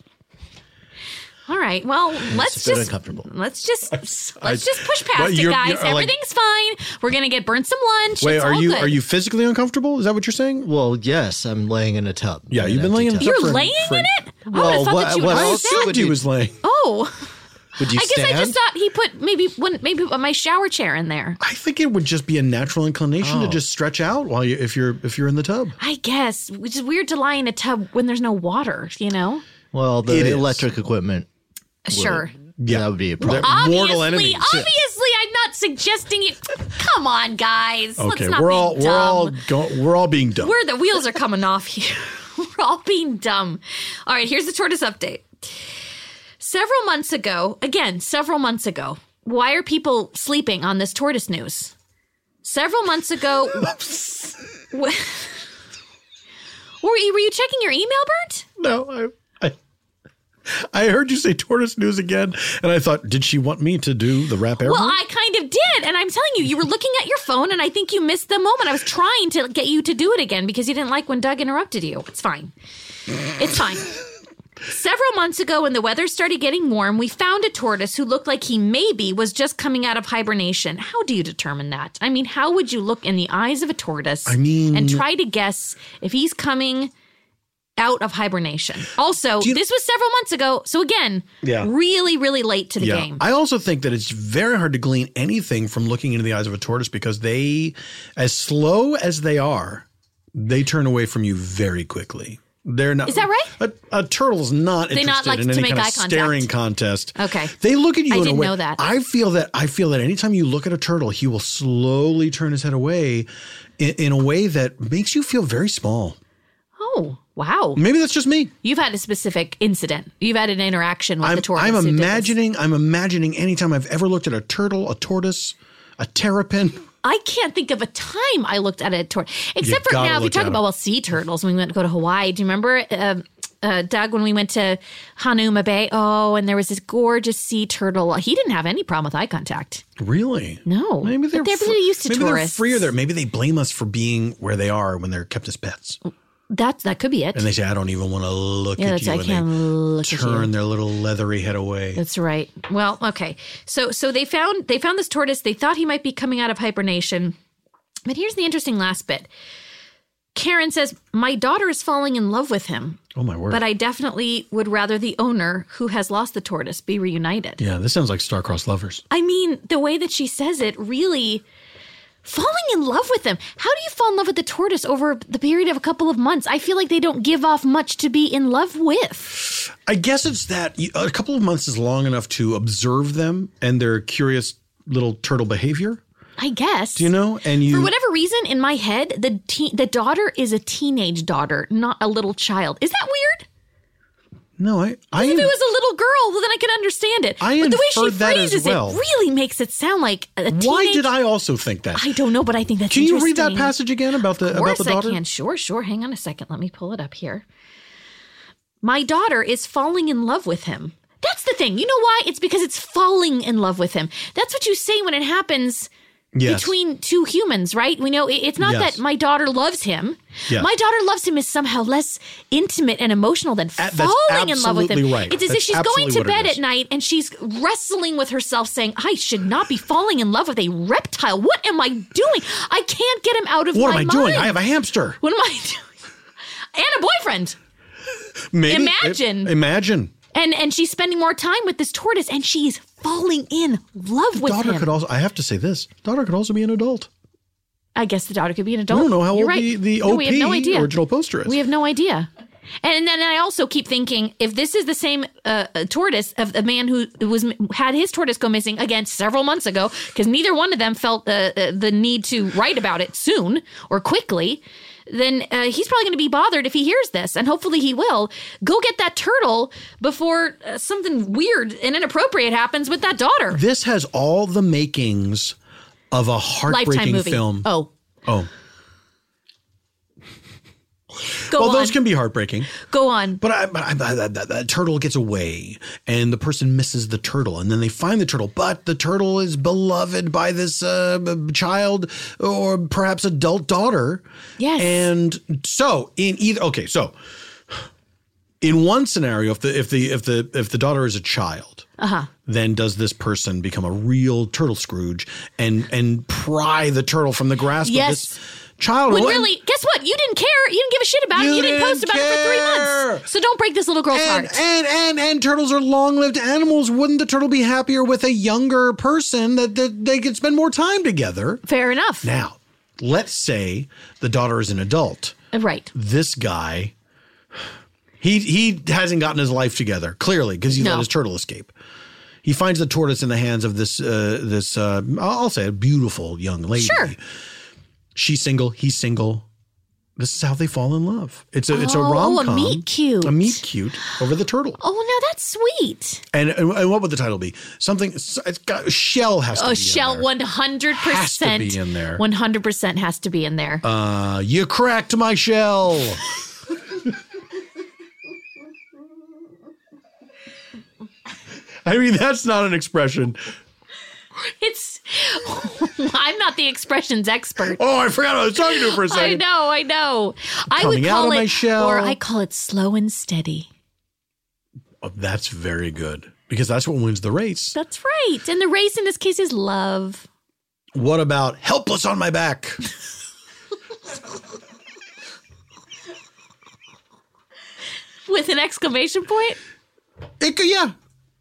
[SPEAKER 3] All right. Well, let's
[SPEAKER 2] a bit
[SPEAKER 3] just
[SPEAKER 2] uncomfortable.
[SPEAKER 3] let's just let's
[SPEAKER 2] I-
[SPEAKER 3] just push
[SPEAKER 2] Well,
[SPEAKER 3] past it,
[SPEAKER 2] you're-
[SPEAKER 3] guys.
[SPEAKER 2] you're, like-
[SPEAKER 3] Everything's fine. We're gonna get burnt some lunch.
[SPEAKER 2] Wait,
[SPEAKER 3] it's
[SPEAKER 2] are
[SPEAKER 3] all
[SPEAKER 2] you
[SPEAKER 3] good.
[SPEAKER 2] are you physically uncomfortable? Is that what you're saying?
[SPEAKER 4] Well, yes, I'm laying in a tub.
[SPEAKER 2] Yeah, you've been laying in a tub.
[SPEAKER 3] You're
[SPEAKER 2] for-
[SPEAKER 3] laying
[SPEAKER 2] for-
[SPEAKER 3] in it. Oh, I would have thought that you would
[SPEAKER 2] I
[SPEAKER 3] have
[SPEAKER 2] assumed
[SPEAKER 3] said.
[SPEAKER 2] he was laying.
[SPEAKER 3] Oh,
[SPEAKER 4] Would
[SPEAKER 3] I guess I just thought he put maybe one maybe my shower chair in there.
[SPEAKER 2] I think it would just be a natural inclination to
[SPEAKER 3] Oh.
[SPEAKER 2] just stretch out while you if you're if you're in the tub.
[SPEAKER 3] I guess which is weird to lie in a tub when there's no water. You know.
[SPEAKER 4] Well, the
[SPEAKER 2] It is.
[SPEAKER 4] electric equipment. would-
[SPEAKER 3] Sure.
[SPEAKER 4] Yeah, that would be a problem.
[SPEAKER 3] obviously, obviously, I'm not suggesting you. Come on, guys.
[SPEAKER 2] Okay,
[SPEAKER 3] Let's not
[SPEAKER 2] we're
[SPEAKER 3] be
[SPEAKER 2] all
[SPEAKER 3] dumb.
[SPEAKER 2] we're all go, we're all being dumb.
[SPEAKER 3] Where the wheels are coming off here. We're all being dumb. All right, here's the tortoise update. Several months ago, again, several months ago, why are people sleeping on this tortoise news? Several months ago. wh- were, you, were you checking your email, Bert?
[SPEAKER 2] No, I heard you say tortoise news again, and I thought, did she want me to do the rap error?
[SPEAKER 3] Well, I kind of did, and I'm telling you, you were looking at your phone, and I think you missed the moment. I was trying to get you to do it again because you didn't like when Doug interrupted you. It's fine. It's fine. Several months ago, when the weather started getting warm, we found a tortoise who looked like he maybe was just coming out of hibernation. How do you determine that? I mean, how would you look in the eyes of a tortoise
[SPEAKER 2] I mean-
[SPEAKER 3] and try to guess if he's coming out of hibernation? Also, this was several months ago, so again,
[SPEAKER 2] Yeah.
[SPEAKER 3] really, really late to the game.
[SPEAKER 2] I also think that it's very hard to glean anything from looking into the eyes of a tortoise because they, as slow as they are, they turn away from you very quickly. They're not.
[SPEAKER 3] Is that right?
[SPEAKER 2] A, a turtle's not
[SPEAKER 3] They
[SPEAKER 2] interested
[SPEAKER 3] not like
[SPEAKER 2] in
[SPEAKER 3] to
[SPEAKER 2] any
[SPEAKER 3] make
[SPEAKER 2] kind
[SPEAKER 3] eye
[SPEAKER 2] of
[SPEAKER 3] contact.
[SPEAKER 2] staring contest.
[SPEAKER 3] Okay.
[SPEAKER 2] They look at you.
[SPEAKER 3] I
[SPEAKER 2] in a
[SPEAKER 3] didn't
[SPEAKER 2] way-
[SPEAKER 3] know that.
[SPEAKER 2] I feel that. I feel that anytime you look at a turtle, he will slowly turn his head away, in, in a way that makes you feel very small.
[SPEAKER 3] Oh, wow.
[SPEAKER 2] Maybe that's just me.
[SPEAKER 3] You've had a specific incident. You've had an interaction with
[SPEAKER 2] I'm,
[SPEAKER 3] the tortoise.
[SPEAKER 2] I'm
[SPEAKER 3] who did this.
[SPEAKER 2] imagining. I'm imagining anytime I've ever looked at a turtle, a tortoise, a terrapin.
[SPEAKER 3] I can't think of a time I looked at a tortoise. Except for
[SPEAKER 2] gotta
[SPEAKER 3] now, if we
[SPEAKER 2] look
[SPEAKER 3] talk
[SPEAKER 2] at 'em.
[SPEAKER 3] about, well, sea turtles when we went to go to Hawaii. Do you remember, uh, uh, Doug, when we went to Hanuma Bay? Oh, and there was this gorgeous sea turtle. He didn't have any problem with eye contact.
[SPEAKER 2] Really?
[SPEAKER 3] No. Maybe they're, they're really used to
[SPEAKER 2] Maybe
[SPEAKER 3] tourists.
[SPEAKER 2] they're freer there. Maybe they blame us for being where they are when they're kept as pets,
[SPEAKER 3] That, that could be it.
[SPEAKER 2] and they say, "I don't even want to look
[SPEAKER 3] yeah,
[SPEAKER 2] at
[SPEAKER 3] that's,
[SPEAKER 2] you."
[SPEAKER 3] I
[SPEAKER 2] and
[SPEAKER 3] can't
[SPEAKER 2] they
[SPEAKER 3] look at you.
[SPEAKER 2] turn their little leathery head away.
[SPEAKER 3] That's right. Well, okay. So so they found they found this tortoise. They thought he might be coming out of hibernation. But here's the interesting last bit. Karen says, "My daughter is falling in love with him,
[SPEAKER 2] Oh my word!
[SPEAKER 3] but I definitely would rather the owner who has lost the tortoise be reunited."
[SPEAKER 2] yeah, this sounds like star-crossed lovers.
[SPEAKER 3] I mean, the way that she says it really falling in love with him. How do you fall in love with the tortoise over the period of a couple of months? I feel like they don't give off much to be in love with.
[SPEAKER 2] I guess it's that you- a couple of months is long enough to observe them and their curious little turtle behavior.
[SPEAKER 3] I guess.
[SPEAKER 2] Do you know? And you
[SPEAKER 3] For whatever reason, in my head, the teen, the daughter is a teenage daughter, not a little child. Is that weird?
[SPEAKER 2] no, I I
[SPEAKER 3] if it was a little girl, well, then I could understand it.
[SPEAKER 2] I
[SPEAKER 3] but the way she
[SPEAKER 2] inferred that as
[SPEAKER 3] phrases
[SPEAKER 2] well.
[SPEAKER 3] it really makes it sound like a teenage.
[SPEAKER 2] why did I also think that?
[SPEAKER 3] I don't know, but I think that's.
[SPEAKER 2] Can you read that
[SPEAKER 3] interesting.
[SPEAKER 2] passage again about the
[SPEAKER 3] Of
[SPEAKER 2] about
[SPEAKER 3] course
[SPEAKER 2] the daughter?
[SPEAKER 3] I can. Sure, sure. Hang on a second. Let me pull it up here. My daughter is falling in love with him. That's the thing. You know why? It's because it's falling in love with him. That's what you say when it happens
[SPEAKER 10] Yes.
[SPEAKER 3] between two humans, right? We know it- it's not
[SPEAKER 10] Yes.
[SPEAKER 3] that my daughter loves him.
[SPEAKER 10] Yes.
[SPEAKER 3] My daughter loves him is somehow less intimate and emotional than
[SPEAKER 10] that's
[SPEAKER 3] falling in love with him.
[SPEAKER 10] absolutely right.
[SPEAKER 3] It's as if
[SPEAKER 10] That's
[SPEAKER 3] she's going
[SPEAKER 10] absolutely
[SPEAKER 3] to
[SPEAKER 10] what it
[SPEAKER 3] bed
[SPEAKER 10] is.
[SPEAKER 3] at night and she's wrestling with herself, saying, I should not be falling in love with a reptile. What am I doing? I can't get him out of
[SPEAKER 2] What am
[SPEAKER 3] my
[SPEAKER 2] I doing?
[SPEAKER 3] mind."
[SPEAKER 2] I have a hamster.
[SPEAKER 3] What am I doing? And a boyfriend.
[SPEAKER 2] Maybe
[SPEAKER 3] Imagine.
[SPEAKER 2] I- imagine.
[SPEAKER 3] And and she's spending more time with this tortoise and she's falling in love with
[SPEAKER 2] daughter
[SPEAKER 3] him.
[SPEAKER 2] could also i have to say this daughter could also be an adult
[SPEAKER 3] I guess the daughter could be an adult.
[SPEAKER 2] i don't know how
[SPEAKER 3] You're
[SPEAKER 2] old
[SPEAKER 3] right.
[SPEAKER 2] the, the
[SPEAKER 3] No,
[SPEAKER 2] op
[SPEAKER 3] we have no idea.
[SPEAKER 2] original poster is
[SPEAKER 3] We have no idea. And then I also keep thinking if this is the same uh, uh, tortoise of the man who was had his tortoise go missing again several months ago, because neither one of them felt uh, uh, the need to write about it soon or quickly, then uh, he's probably going to be bothered if he hears this, and hopefully he will. Go get that turtle before uh, something weird and inappropriate happens with that daughter.
[SPEAKER 2] this has all the makings of a Oh.
[SPEAKER 3] Lifetime Oh.
[SPEAKER 2] heartbreaking
[SPEAKER 3] movie.
[SPEAKER 2] film
[SPEAKER 3] Oh,
[SPEAKER 2] oh
[SPEAKER 3] Go
[SPEAKER 2] well,
[SPEAKER 3] on.
[SPEAKER 2] those can be heartbreaking.
[SPEAKER 3] Go on.
[SPEAKER 2] But, I, but I, but that, that, that turtle gets away, and the person misses the turtle, and then they find the turtle, but the turtle is beloved by this uh, b- child or perhaps adult daughter.
[SPEAKER 3] Yes.
[SPEAKER 2] And so, in either okay, so in one scenario, if the if the if the if the daughter is a child,
[SPEAKER 3] Uh huh.
[SPEAKER 2] then does this person become a real turtle Scrooge and and pry the turtle from the grasp of
[SPEAKER 3] Yes.
[SPEAKER 2] this child?
[SPEAKER 3] When
[SPEAKER 2] What-
[SPEAKER 3] really, guess what? You didn't care. You didn't give a shit about
[SPEAKER 2] You
[SPEAKER 3] it. You didn't,
[SPEAKER 2] didn't
[SPEAKER 3] post about it for three months. So don't break this little girl's
[SPEAKER 2] and,
[SPEAKER 3] heart.
[SPEAKER 2] and and and turtles are long-lived animals. Wouldn't the turtle be happier with a younger person that, that they could spend more time together?
[SPEAKER 3] Fair enough.
[SPEAKER 2] Now, let's say the daughter is an adult.
[SPEAKER 3] Uh, Right.
[SPEAKER 2] This guy, he he hasn't gotten his life together clearly because he
[SPEAKER 3] No.
[SPEAKER 2] let his turtle escape. He finds the tortoise in the hands of this uh, this uh, I'll I'll say a beautiful young lady.
[SPEAKER 3] Sure.
[SPEAKER 2] She's single. He's single. This is how they fall in love. It's a it's a
[SPEAKER 3] Oh, a
[SPEAKER 2] rom com.
[SPEAKER 3] meet cute.
[SPEAKER 2] A meet cute over the turtle.
[SPEAKER 3] Oh, now that's sweet.
[SPEAKER 2] And, and and what would the title be? Something. It's got shell has to
[SPEAKER 3] Oh,
[SPEAKER 2] be.
[SPEAKER 3] shell, one hundred
[SPEAKER 2] Has to
[SPEAKER 3] percent
[SPEAKER 2] be in there.
[SPEAKER 3] One hundred percent has to be in there.
[SPEAKER 2] Uh, you cracked my shell. I mean, that's not an expression.
[SPEAKER 3] It's. I'm not the expressions expert.
[SPEAKER 2] Oh, I forgot I was talking to you for a
[SPEAKER 3] I
[SPEAKER 2] second.
[SPEAKER 3] know. I know. I would
[SPEAKER 2] Coming out
[SPEAKER 3] call
[SPEAKER 2] of
[SPEAKER 3] it,
[SPEAKER 2] my shell.
[SPEAKER 3] or I call it slow and steady.
[SPEAKER 2] Oh, that's very good because that's what wins the race.
[SPEAKER 3] That's right. And the race in this case is love.
[SPEAKER 2] What about helpless on my back?
[SPEAKER 3] with an exclamation point?
[SPEAKER 2] It could, yeah,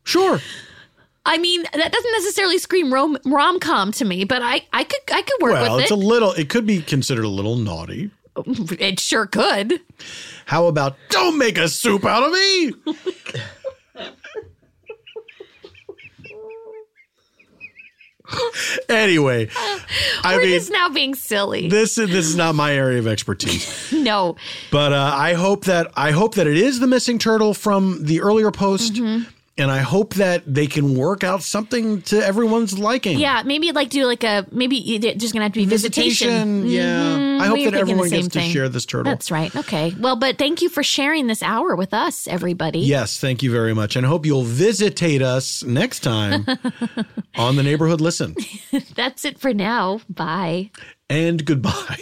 [SPEAKER 2] sure.
[SPEAKER 3] I mean, that doesn't necessarily scream rom rom com to me, but I I could I could work
[SPEAKER 2] well,
[SPEAKER 3] with
[SPEAKER 2] it's
[SPEAKER 3] it.
[SPEAKER 2] a little. It could be considered a little naughty.
[SPEAKER 3] it sure could.
[SPEAKER 2] How about don't make a soup out of me? anyway, I
[SPEAKER 3] We're
[SPEAKER 2] mean,
[SPEAKER 3] just now being silly.
[SPEAKER 2] this is this is not my area of expertise.
[SPEAKER 3] no,
[SPEAKER 2] But uh, I hope that I hope that it is the missing turtle from the earlier post,
[SPEAKER 3] Mm-hmm.
[SPEAKER 2] and I hope that they can work out something to everyone's liking.
[SPEAKER 3] yeah, maybe like do like a maybe you- they're just gonna have to be visitation.
[SPEAKER 2] Visitation, yeah.
[SPEAKER 3] Mhm.
[SPEAKER 2] I hope
[SPEAKER 3] We
[SPEAKER 2] that
[SPEAKER 3] were thinking the
[SPEAKER 2] everyone gets
[SPEAKER 3] same
[SPEAKER 2] to
[SPEAKER 3] thing.
[SPEAKER 2] share this turtle.
[SPEAKER 3] That's right. Okay. Well, but thank you for sharing this hour with us, everybody.
[SPEAKER 2] Yes, thank you very much, and I hope you'll visitate us next time on the neighborhood. Listen
[SPEAKER 3] That's it for now. Bye.
[SPEAKER 2] and goodbye.